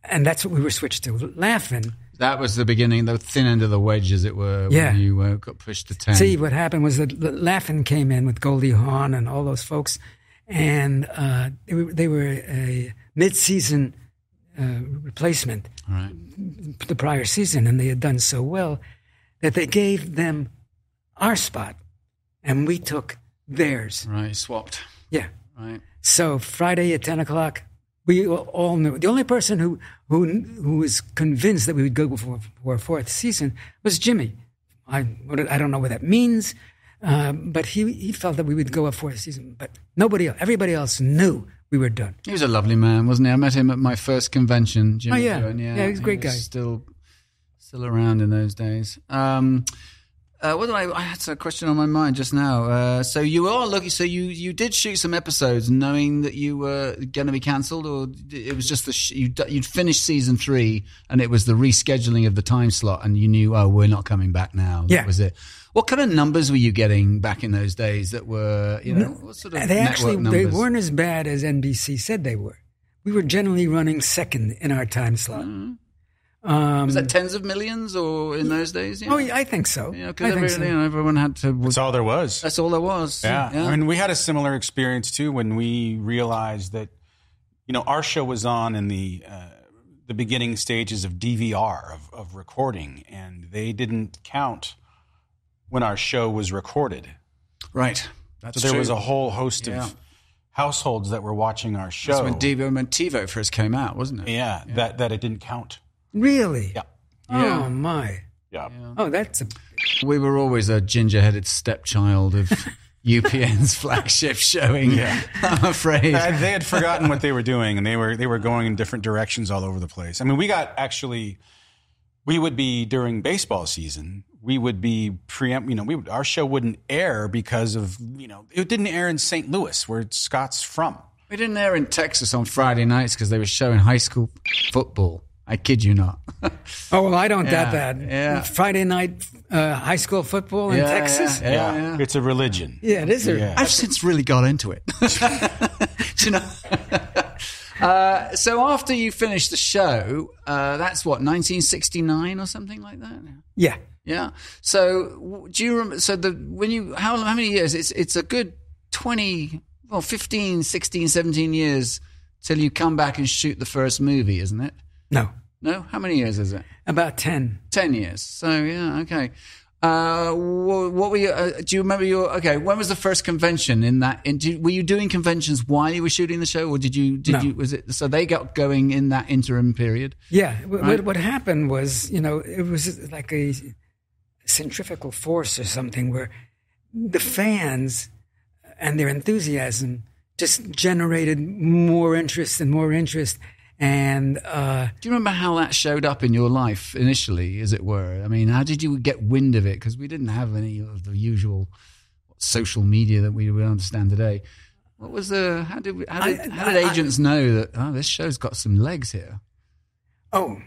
And that's what we were switched to, laughing. That was the beginning, the thin end of the wedge, as it were, Yeah. when you uh, got pushed to 10. See, what happened was that L- Laffin came in with Goldie Hawn and all those folks, and uh, they were, they were a mid season uh, replacement. All right. the prior season and they had done so well that they gave them our spot and we took theirs. Right, swapped. Yeah. Right. So Friday at 10 o'clock, we all knew. The only person who, who, who was convinced that we would go for, for a fourth season was Jimmy. I, I don't know what that means, um, but he, he felt that we would go a fourth season. But nobody else, everybody else knew we were done. He was a lovely man, wasn't he? I met him at my first convention. Jimmy Oh, yeah. Doohan, Yeah, he was a great guy. Still, still around in those days. Um, uh, what did I? I had a question on my mind just now. Uh, so you are looking. So you you did shoot some episodes, knowing that you were going to be cancelled, or d- it was just the sh- you d- you'd finished season three, and it was the rescheduling of the time slot, and you knew, oh, we're not coming back now. That Yeah. was it. What kind of numbers were you getting back in those days? That were you know what sort of they network actually they numbers? weren't as bad as NBC said they were. We were generally running second in our time slot. Mm. Was that tens of millions or in those days? Yeah. Oh, yeah, I think so. Yeah, I because think so. everyone, you know, everyone had to. That's all there was. that's all there was. Yeah. I mean, we had a similar experience too when we realized that, you know, our show was on in the uh, the beginning stages of DVR of, of recording, and they didn't count when our show was recorded. right. That's so there true. was a whole host Yeah. of households that were watching our show. That's when Devo and TiVo first came out, wasn't it? yeah, that that it didn't count. Really? Yeah. Oh Yeah. my. Yeah. Oh, that's a, We were always a ginger-headed stepchild of UPN's flagship showing. I'm afraid. I- they had forgotten what they were doing, and they were they were going in different directions all over the place. I mean, we got actually, we would be during baseball season. We would be preempt, you know, we would, our show wouldn't air because of you know it didn't air in St. Louis where Scott's from. we didn't air in Texas on Friday nights because they were showing high school football. I kid you not. oh, well, I don't doubt Yeah, that. yeah. Friday night uh, high school football in Yeah, Texas? [laughs] Yeah, yeah. it's a religion. Yeah, it is. a- Yeah. I've since really got into it. [laughs] Do you know? [laughs] Uh, so after you finished the show, uh, that's what 1969 or something like that. yeah. Yeah. So w- do you remember? So the when you how how many years? It's it's a good 20, well 15, 16, 17 years till you come back and shoot the first movie, isn't it? No. No, how many years is it? About 10. 10 years. So, yeah, okay. Uh, wh- what were you, uh, do you remember your, okay, when was the first convention in that, in, do, were you doing conventions while you were shooting the show or did you, did No. you, was it, so they got going in that interim period? Yeah. What, what, what happened was, you know, it was like a centrifugal force or something where the fans and their enthusiasm just generated more interest and more interest. And uh, Do you remember how that showed up in your life initially, as it were? I mean, how did you get wind of it? Because we didn't have any of the usual social media that we would understand today. What was the, how did, we, how did, I- how did I- agents know that, oh, this show's got some legs here? oh,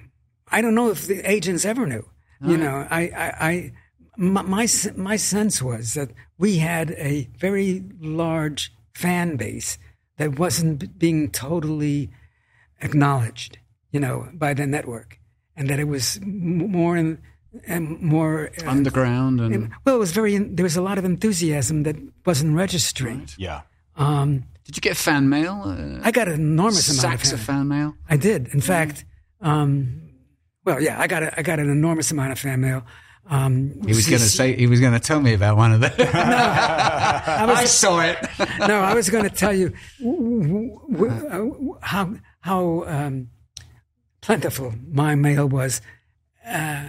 I don't know if the agents ever knew. You know, I, I, I my, my s- my sense was that we had a very large fan base that wasn't being totally acknowledged. you know, by the network, and that it was m- more and, and more. uh, Underground and well, it was very. There was a lot of enthusiasm that wasn't registering. Yeah. did you get fan mail? Uh, I got an enormous amount of sacks fan. of fan mail. I did. Mm. In fact, um, well, yeah, I got a, I got an enormous amount of fan mail. Um, He was going to say he was going to tell me about one of them. I, I was, saw it. no, I was [laughs] going to tell you w- w- w- how how um, plentiful my mail was, uh,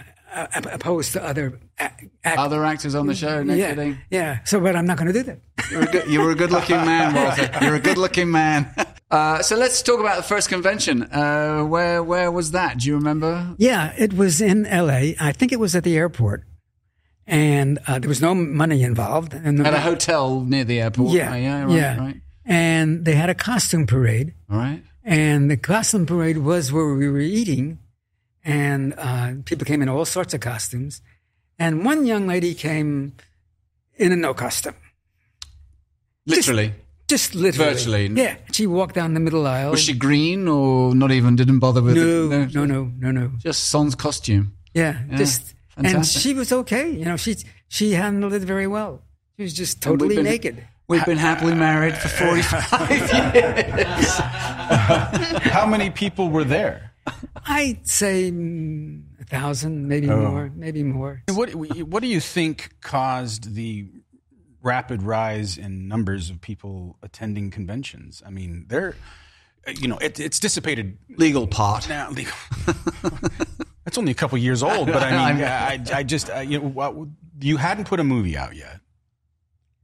op- opposed to other. a- act- [laughs] Other actors on the show. No yeah, kidding. yeah. So, but I'm not going to do that. You're a good, you're a good looking man, Walter. You're a good looking man. [laughs] Uh, so let's talk about the first convention. Uh, where where was that? Do you remember? Yeah, it was in L.A. I think it was at the airport, and uh, there was no money involved. And the- At a hotel near the airport. Yeah, Oh, yeah, right, yeah. right. And they had a costume parade, All right. and the costume parade was where we were eating, and uh, people came in all sorts of costumes, and one young lady came in a no costume, Literally. just literally, Virtually. yeah. She walked down the middle aisle. was she green or not even didn't bother with no, it? no, no, no, no, Just sans costume. Yeah, just and fantastic. she was okay. You know, she she handled it very well. She was just totally been- naked. We've been happily married for 45 [laughs] years. How many people were there? I'd say mm, a thousand, maybe Oh. more, maybe more. What What do you think caused the rapid rise in numbers of people attending conventions? I mean, they're you know it, it's dissipated Legal part. now. [laughs] That's only a couple years old, but I mean, I, I just I, you know what, you hadn't put a movie out yet,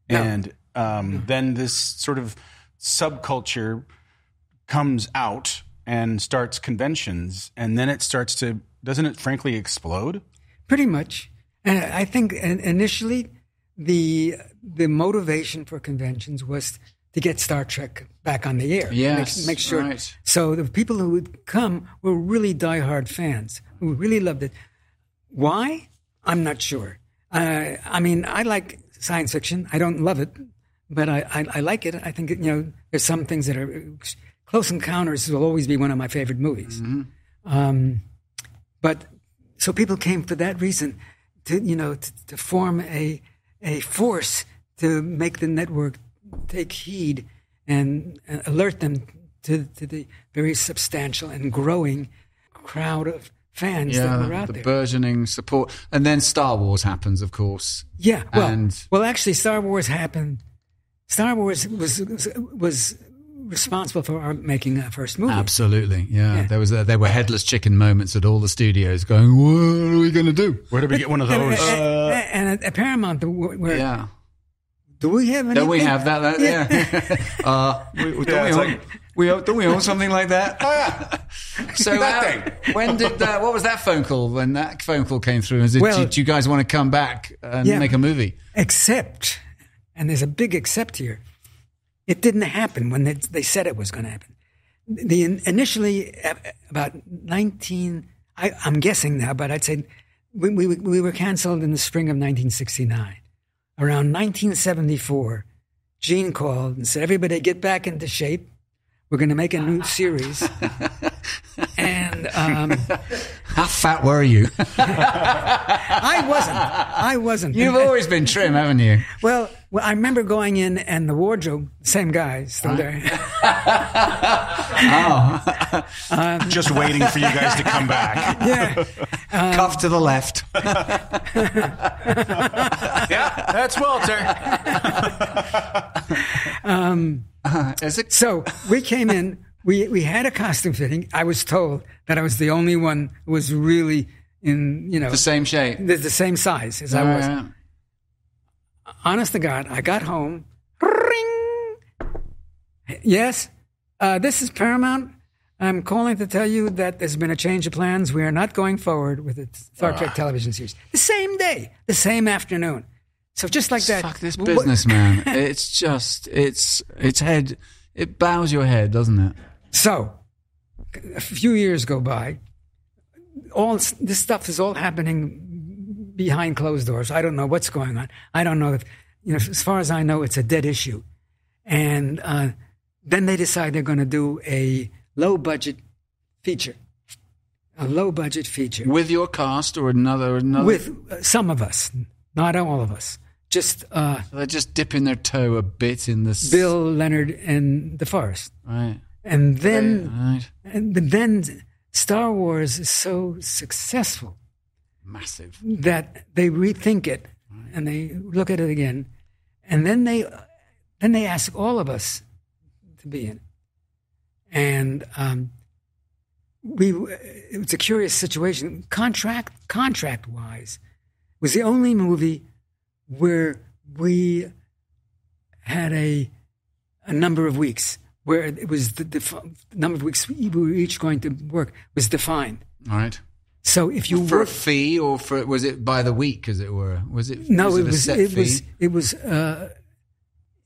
and um, then this sort of subculture comes out and starts conventions, and then it starts to doesn't it frankly explode? Pretty much. And I think in- initially the the motivation for conventions was to get Star Trek back on the air. Yes, Make, make sure. right. So the people who would come were really diehard fans who really loved it. Why? I'm not sure. Uh, I mean, I like science fiction. I don't love it, but I, I, I like it. I think, you know, there's some things that are uh, Close Encounters will always be one of my favorite movies. Um, but so people came for that reason, to you know, to, to form a a force to make the network take heed and uh, alert them to, to the very substantial and growing crowd of fans that were Yeah, out the there. burgeoning support. And then Star Wars happens, of course. yeah, well, and- well, actually, Star Wars happened. Star Wars was was, was responsible for our making our first movie. Absolutely, yeah. There was a, there were headless chicken moments at all the studios, going, "What are we going to do?" Where did we get one of And, those? and- and at Paramount, the- where, [laughs] Yeah, do we have anything? don't we have that? [laughs] that yeah, uh, we, don't Yeah, we it's own, like- [laughs] Ah, we own, don't we own something like [laughs] that? [laughs] so That uh, when did that? What was that phone call? When that phone call came through, and said, Well- "Do- "Do you guys want to come back and Yeah. make a movie?" except, and there's a big except here, it didn't happen when they, they said it was going to happen. The initially uh, about 19, I, I'm guessing now, but I'd say we, we, we were canceled in the spring of 1969. Around 1974, Gene called and said, "Everybody, get back into shape. We're going to make a new series." and um, How fat [laughs] were you? [laughs] I wasn't. I wasn't. You've always been trim, haven't you? Well, well, I remember going in and the wardrobe, same guy, still there. Just waiting for you guys to come back. yeah, Um, Cuff to [laughs] the left. [laughs] yeah, that's Walter. Is it? So we came in. We we had a costume fitting. I was told that I was the only one who was really in you know The same shape. the, the same size as I was. Yeah. Honest to God, I got home. Ring. Yes, uh, this is Paramount. I'm calling to tell you that there's been a change of plans. We are not going forward with the Star Ah. Trek television series. The same day, the same afternoon. So just like that. Fuck this Wh- business, man. It's just, it's, its head, it bows your head, doesn't it? So, a few years go by. All s- this stuff is all happening behind closed doors. I don't know what's going on. I don't know if, you know, as far as I know, it's a dead issue. And uh, then they decide they're going to do a low budget feature a low budget feature with your cast or another another. with uh, some of us, not all of us, just uh, they're just dipping their toe a bit in the s- Bill Leonard and the Forest, Right. and then Right. and, but then Star Wars is so successful Massive. that they rethink it and they look at it again, and then they then they ask all of us to be in, it. and um, we it was a curious situation. Contract contract wise, was the only movie where we had a a number of weeks where it was the, the number of weeks we were each going to work was defined. All right. So if you For a work fee or for was it by the week as it were? Was it No, was it a was set it fee? was it was uh,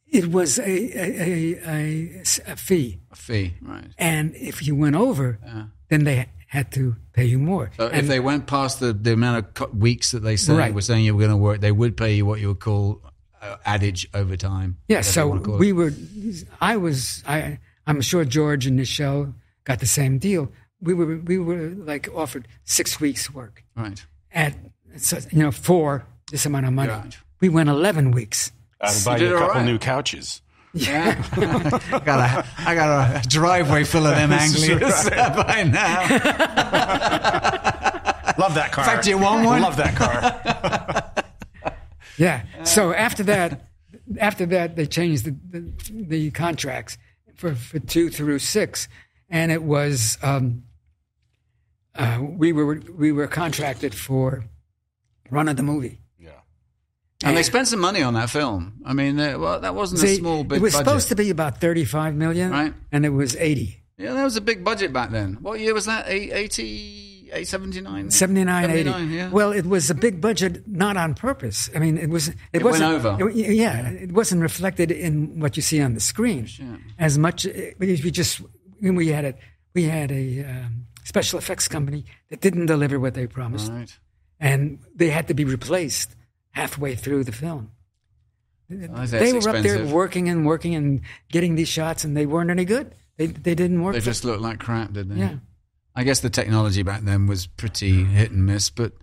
it was a a, a, a s- a fee, a fee, right. and if you went over, then they had to pay you more. Uh-huh. So if And- they went past the, the amount of co- weeks that they said Right. were saying you were going to work, they would pay you what you would call uh, adage overtime. yeah, whatever you so wanna call it. we were. I was. I I'm sure George and Michelle got the same deal. We were we were like offered six weeks work right. at so, you know for this amount of money. Right. We went eleven weeks. I'll buy did you a all couple right. new couches. Yeah. I got a I got a driveway full of them [laughs] anglers by now. In Love that car. fact, you want one? Love that car. Yeah. So after that, after that, they changed the the, the contracts for, for two through six, and it was um, uh, we were we were contracted for run of the movie. yeah. And they spent some money on that film. I mean, uh, well, that wasn't a See, small big it was budget. supposed to be about thirty five million, Right. and it was eighty. Yeah, that was a big budget back then. What year was that? Eight- 80, 879? 79, 80. yeah. Well, it was a big budget, not on purpose. I mean, it was. It, went wasn't, over. it- yeah, it wasn't reflected in what you see on the screen as much. it- We just we had a we had a um, special effects company that didn't deliver what they promised, Right. and they had to be replaced halfway through the film. That's they were up there expensive. working and working and getting these shots, and they weren't any good. They they didn't work. They for- just looked like crap, did they? Yeah. I guess the technology back then was pretty hit and miss, but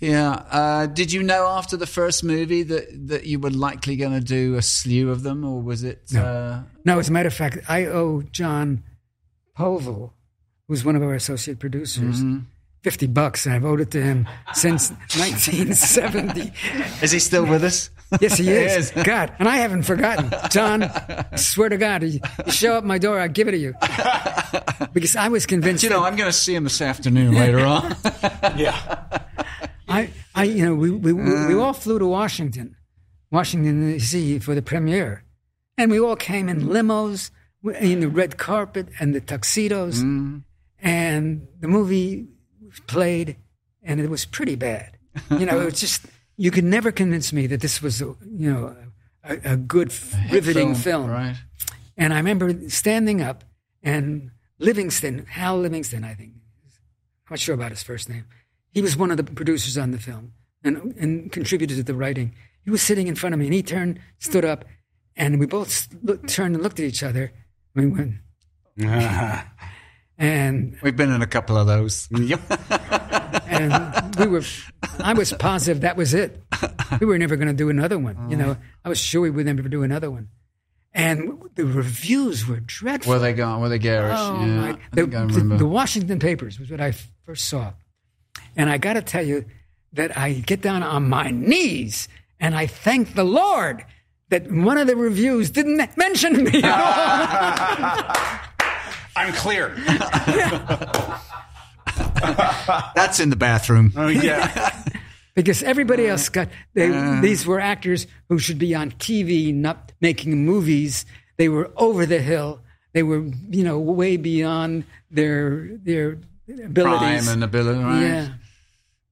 yeah. Uh, did you know after the first movie that, that you were likely going to do a slew of them, or was it? Uh, No, as a matter of fact, I owe John Povel, who's one of our associate producers, Mm-hmm. 50 bucks, and I've owed it to him [laughs] since 1970. is he still with us? Yes, he is. is. God, and I haven't forgotten. John, swear to God, you you show up at my door, I'll give it [laughs] to you. Because I was convinced. [laughs] you know, I'm going to see him this afternoon later on. [laughs] Yeah. I, I, you know, we, we, we all flew to Washington, Washington D.C. for the premiere, and we all came in limos, w- in the red carpet and the tuxedos, and the movie was played, and it was pretty bad. You know, it [laughs] was just you could never convince me that this was, a, you know, a, a good, riveting film. right? And I remember standing up and Livingston, Hal Livingston, I think, I'm not sure about his first name. He was one of the producers on the film and, and contributed to the writing. He was sitting in front of me and he turned, stood up, and we both s- look, turned and looked at each other. We went, and, We've been in a couple of [laughs] those. yep. and we were, I was positive that was it. We were never going to do another one. You know, I was sure we would never do another one. And the reviews were dreadful. Were they gone? Were they garish? Oh, yeah, my- I the, think I the- remember. the Washington papers was what I f- first saw. And I got to tell you that I get down on my knees and I thank the Lord that one of the reviews didn't mention me at [laughs] all. I'm clear. That's in the bathroom. Oh, yeah. Because Uh, everybody else got, they, these were actors who should be on TV, not making movies. They were over the hill. They were, you know, way beyond their their abilities. Prime and ability, right? yeah.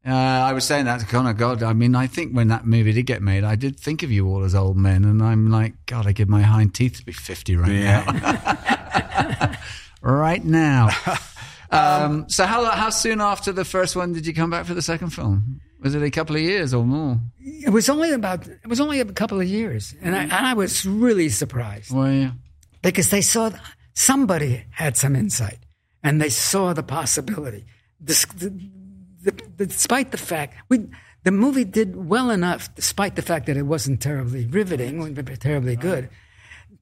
Uh, I was saying that to Connor. God, I mean, I think when that movie did get made, I did think of you all as old men, and I'm like, God, I give my hind teeth to be 50 right Yeah. [laughs] now. Right [laughs] now. um, so, how how soon after the first one did you come back for the second film? Was it a couple of years or more? it was only about it was only a couple of years and I, Mm. and I was really surprised Well, yeah. because they saw somebody had some insight and they saw the possibility dis- the, the, despite the fact we the movie did well enough, despite the fact that it wasn't terribly riveting, wasn't terribly good,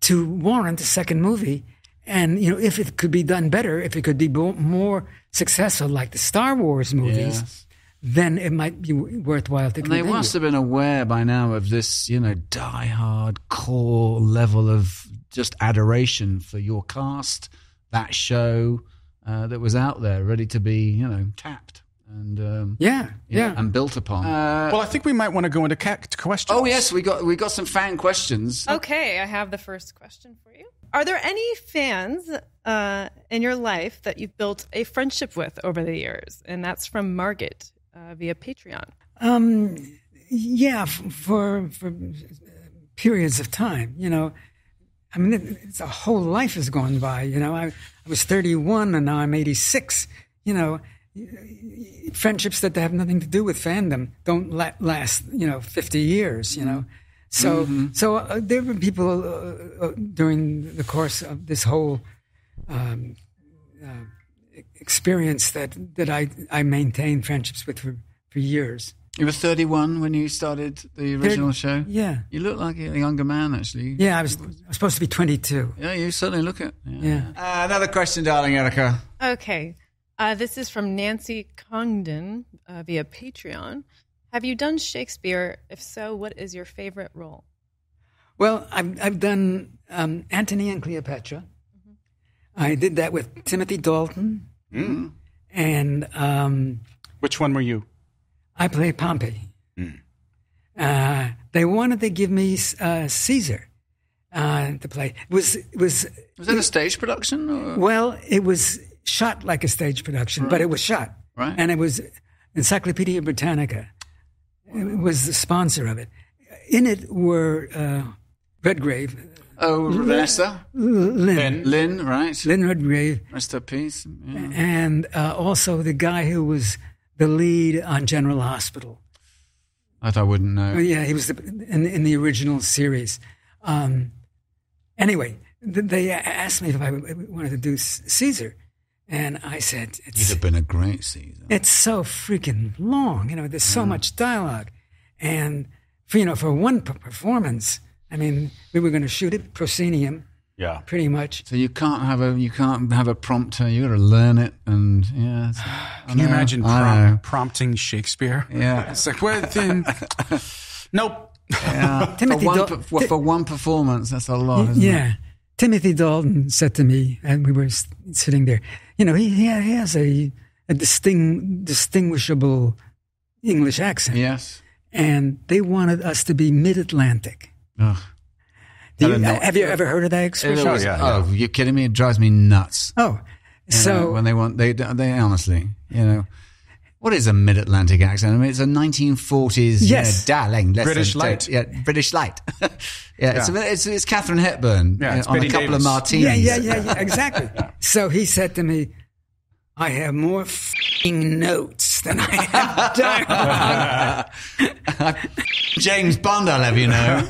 to warrant a second movie. And you know, if it could be done better, if it could be bo- more successful, like the Star Wars movies, Yes. then it might be worthwhile to And they continue. must have been aware by now of this, you know, die-hard core level of just adoration for your cast, that show uh, that was out there, ready to be, you know, tapped and um, yeah, you know, yeah. and built upon. [laughs] well, I think we might want to go into ca- questions. oh yes, we got we got some fan questions. Okay, I have the first question for you. Are there any fans uh, in your life that you've built a friendship with over the years? And that's from Margaret uh, via Patreon. Um, yeah, f- for for uh, periods of time, you know. I mean, it- it's a whole life has gone by. You know, I, I was 31 and now I'm 86. You know, friendships that have nothing to do with fandom don't la- last. You know, 50 years. You know, so so uh, there were people uh, uh, during the course of this whole um, uh, experience that that I I maintained friendships with for, for years. You were 31 when you started the original show. Yeah. You look like a younger man, actually. Yeah, I was, I was supposed to be 22. Yeah, you certainly look it. Yeah. Uh, another question, darling Erica. Okay, uh, this is from Nancy Congdon uh, via Patreon. Have you done Shakespeare? If so, what is your favorite role? Well, I've, I've done um, Antony and Cleopatra. I did that with Timothy Dalton. And um, Which one were you? I play Pompey. Uh, they wanted to give me uh, Caesar uh, to play. It was, it was, Was that a stage production? Or? well, it was shot like a stage production, but it was shot. Right. And it was Encyclopedia Britannica It was the sponsor of it. In it were uh, Redgrave, Oh, Vanessa? Lynn, Lynn, right? Lynn Redgrave, Rest in peace. Yeah. and uh, also the guy who was the lead on General Hospital. I thought I wouldn't know. Oh, yeah, he was the, in, in the original series. Um, anyway, th- they asked me if I w- wanted to do C- Caesar, and I said, He'd it's, have been a great season. it's so freaking long. You know, there's Mm. so much dialogue. And, for, you know, for one p- performance, I mean, we were going to shoot it, proscenium, Yeah. pretty much. So you can't have a you can't have a prompter. You got to learn it, and yeah. it's- I Can you know, imagine I prom- know. prompting Shakespeare? Yeah. It's like, well, then, nope. Yeah. for, Timothy one, Dal- per- for one performance, that's a lot. Isn't yeah. It? Timothy Dalton said to me, and we were s- sitting there, you know, he, he ha- he has a, a distinct, distinguishable English accent. Yes. And they wanted us to be mid Atlantic. Ugh. Do you, Helen, no. have you ever heard of that expression? oh, yeah, you're kidding me! It drives me nuts. Oh, you know, so when they want, they don't- they honestly, you know, what is a mid-Atlantic accent? I mean, it's a 1940s, Yes. yeah, darling, let's British say, light. yeah, British light, [laughs] yeah, It's, a- it's it's Catherine Hepburn Yeah, you know, it's on Betty a couple Davis. of yeah, martinis. yeah, yeah, yeah, [laughs] exactly. So he said to me, I have more fing notes than I [laughs] have dialogue. James Bond, I'll have you know.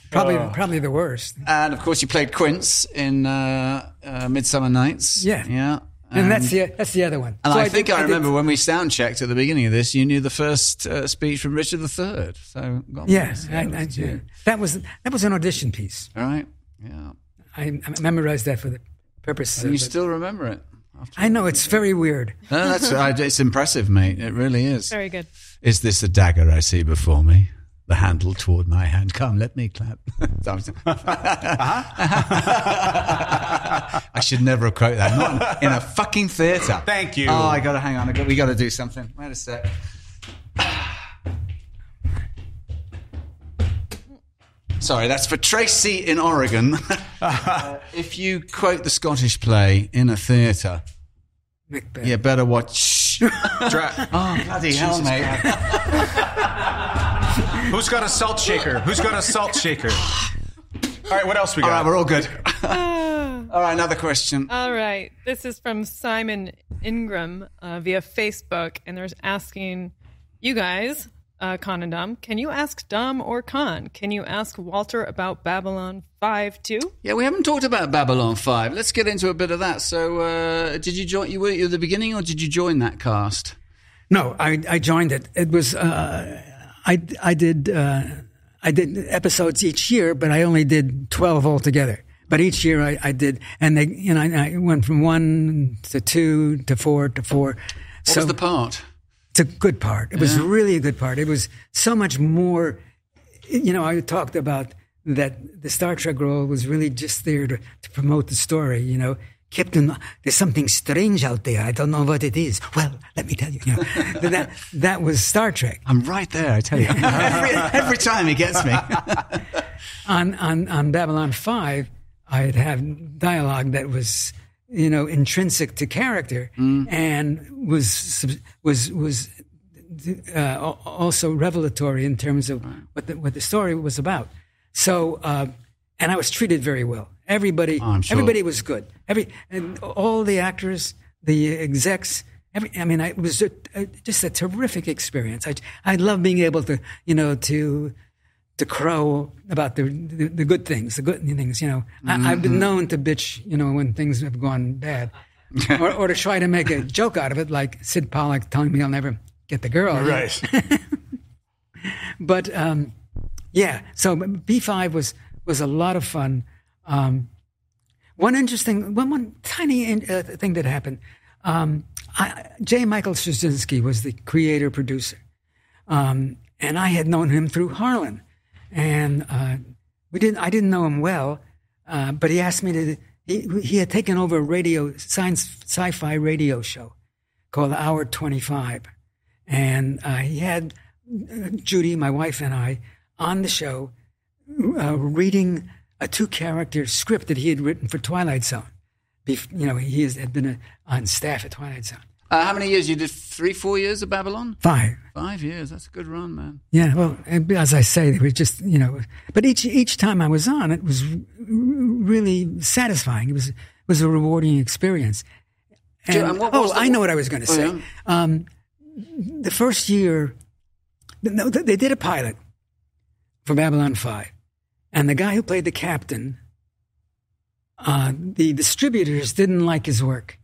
[laughs] probably, Uh. probably the worst. and of course, you played Quince in uh, uh, Midsummer Nights. Yeah. yeah, Uh, And that's the that's the other one. And So I, did- think I, did- remember when we sound checked at the beginning of this, you knew the first uh, speech from Richard III. So, God Yes, I, bless. I, that's you. that was that was an audition piece. All right. Yeah. I, I memorized that for the purposes. You Of it. still remember it? After I know it's very weird. no, that's I, it's impressive, mate. It really is. Very good. Is this the dagger I see before me? The handle toward my hand. Come, let me clap. [laughs] Uh-huh. I should never have quoted that. Not in, in a fucking theatre. Thank you. Oh, I gotta hang on. I got, we gotta do something. Wait a sec. Sorry, that's for Tracy in [laughs] Oregon. [laughs] Uh, if you quote the Scottish play in a theatre, Macbeth. you better [laughs] watch. Dra- Oh, bloody hell, mate. Who's got a salt shaker? Who's got a salt shaker? All right, what else we All got? right, we're all [laughs] good. all right, another question. All right. This is from Simon Ingram uh, via Facebook, and they're asking you guys uh, Con and Dom. Can you ask Dom or Con? Can you ask Walter about Babylon 5 too? Yeah, we haven't talked about Babylon Five. Let's get into a bit of that. So, uh, did you join? You were you at the beginning, or did you join that cast? No, I, I joined it. It was uh, I I did uh, I did episodes each year, but I only did twelve altogether. But each year I, I did, and they you know I, I went from one to two to four to four. What was the part? it's a good part. It was really a good part. It was so much more. You know, I talked about that the Star Trek role was really just there to, to promote the story. You know, Captain, there's something strange out there. I don't know what it is. Well, let me tell you. [laughs] you know, that that was Star Trek. I'm right there. I tell [laughs] you, every, every time he gets [laughs] me. on, on, on Babylon 5, I'd have dialogue that was, you know, intrinsic to character Mm. and was, sub- was, was uh, al- also revelatory in terms of what the, what the story was about. So, uh, and I was treated very well. Everybody, Oh, I'm sure. everybody was good. Every, and all the actors, the execs, every, I mean, I, it was a, a, just a terrific experience. I, I love being able to, you know, to, to crow about the, the the good things, the good things. You know, I, I've been known to bitch, you know, when things have gone bad, or, or to try to make a joke out of it, like Sid Pollock telling me I'll never get the girl. Right. [laughs] But um, yeah, so B five was was a lot of fun. Um, one interesting, one one tiny in, uh, thing that happened. Um, I, J. Michael Straczynski was the creator producer, um, and I had known him through Harlan, and uh, we didn't. I didn't know him well, uh, but he asked me to. He, he had taken over a radio science sci-fi radio show called Hour Twenty Five, and uh, he had uh, Judy, my wife, and I on the show uh, reading a two-character script that he had written for Twilight Zone. Bef- you know, he is, had been uh on staff at Twilight Zone. Uh, how many years? You did three, four years of Babylon? Five. Five years. That's a good run, man. Yeah, well, and as I say, they were just you know, but each each time I was on, it was r- r- really satisfying. It was it was a rewarding experience. And, and what was oh, the- I know what I was going to Oh, say. yeah? Um, the first year, no, th- they did a pilot for Babylon Five, and the guy who played the captain, uh, the distributors didn't like his work.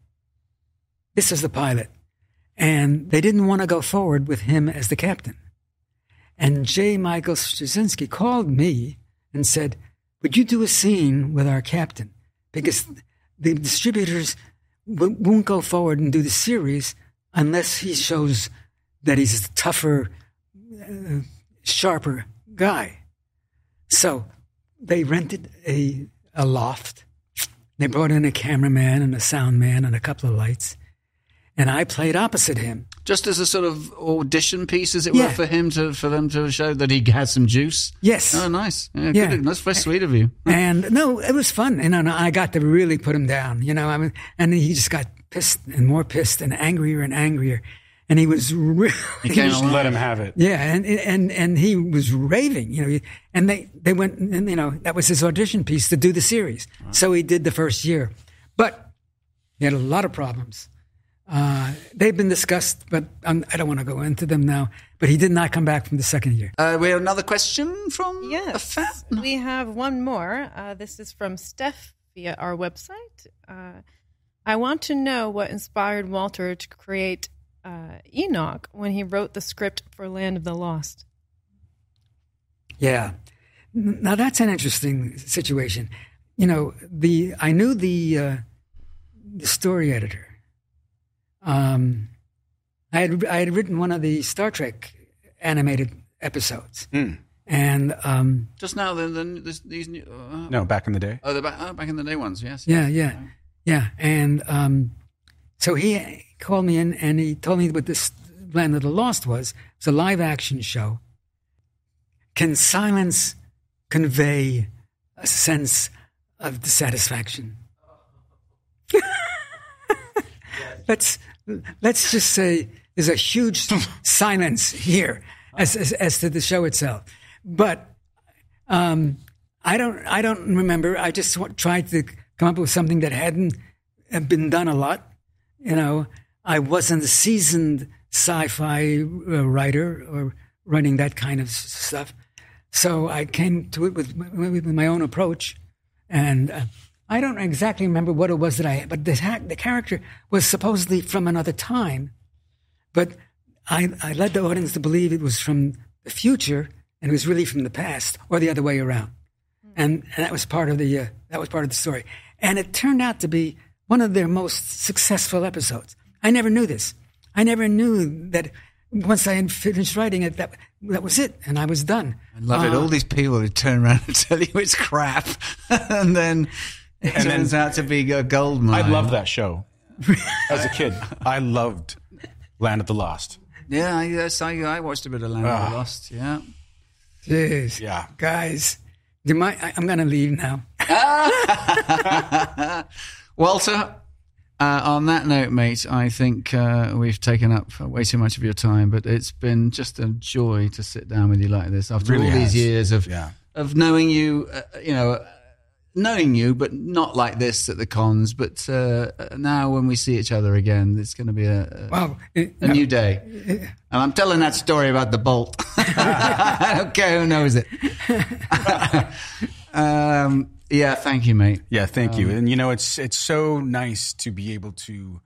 This is the pilot, and they didn't want to go forward with him as the captain. And J. Michael Straczynski called me and said, Would you do a scene with our captain? Because the distributors w- won't go forward and do the series unless he shows that he's a tougher, uh, sharper guy. So they rented a, a loft. They brought in a cameraman and a sound man and a couple of lights. And I played opposite him. Just as a sort of audition piece, as it Yeah. were, for him to for them to show that he had some juice. Yes. Oh, nice. Yeah, Yeah. Good. That's very sweet of you. and no, it was fun. You know, and I got to really put him down. You know, I mean, and he just got pissed and more pissed and angrier and angrier, and he was [laughs] really, came Just alive. let him have it. yeah, and and and he was raving. You know, and they they went, and you know, that was his audition piece to do the series. So he did the first year, but he had a lot of problems. Uh, they've been discussed, but I'm, I don't want to go into them now. But he did not come back from the second year. Uh, we have another question from a Yes. fan. We have one more. Uh, this is from Steph via our website. Uh, I want to know what inspired Walter to create uh, Enoch when he wrote the script for Land of the Lost. Yeah. N- Now that's an interesting situation. You know, the I knew the uh, the story editor. Um, I had I had written one of the Star Trek animated episodes, and um, Just now, the, the, this, these new. Uh, No, back in the day. Oh, the back, oh, back in the day ones, yes. yeah, yeah, yeah, and um, so he called me in and he told me what this Land of the Lost was. It's a live action show. Can silence convey a sense of dissatisfaction? [laughs] let's let's just say there's a huge silence here as, as as to the show itself, but um, I don't I don't remember. I just wa- tried to come up with something that hadn't uh, been done a lot. You know, I wasn't a seasoned sci-fi uh, writer or running that kind of s- stuff. So I came to it with, with my own approach, and uh, I don't exactly remember what it was that I. But the ha- the character was supposedly from another time, but I, I led the audience to believe it was from the future and it was really from the past, or the other way around. And, and that was part of the uh, that was part of the story. And it turned out to be one of their most successful episodes. I never knew this. I never knew that once I had finished writing it, that that was it, and I was done. I love it. All these people who turn around and [laughs] tell you it's crap, [laughs] and then it And then- turns out to be a gold mine. I loved that show as a kid. I loved Land of the Lost. Yeah, I, yes, I, I watched a bit of Land of the Lost. Yeah. Jeez. Yeah. guys, do my I, I'm gonna leave now. Walter, uh, on that note, mate, I think uh, we've taken up way too much of your time, but it's been just a joy to sit down with you like this after Really all has. these years of Yeah. of knowing you, uh, you know, uh, knowing you, but not like this at the cons. But uh, now when we see each other again, it's going to be a, Wow, it- a, a new day. And I'm telling that story about the bolt. [laughs] I don't care who knows it. [laughs] um, yeah, thank you, mate. Yeah, thank you. And you know, it's it's so nice to be able to,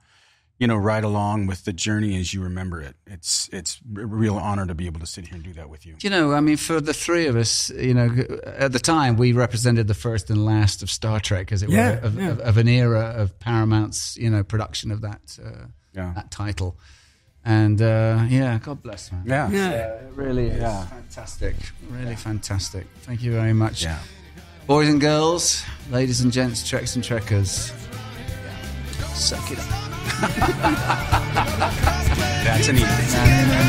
you know, ride along with the journey as you remember it. It's it's a real honor to be able to sit here and do that with you. Do you know, I mean, for the three of us, you know, at the time we represented the first and last of Star Trek, as it Yeah, were, of, yeah. Of, of an era of Paramount's, you know, production of that uh, Yeah. that title. And uh, yeah, God bless, man. Uh, Yeah. yeah. It really is Yeah. fantastic. Really fantastic. Thank you very much. Yeah. Boys and girls, ladies and gents, treks and trekkers. Suck it up. That's an easy. And, uh,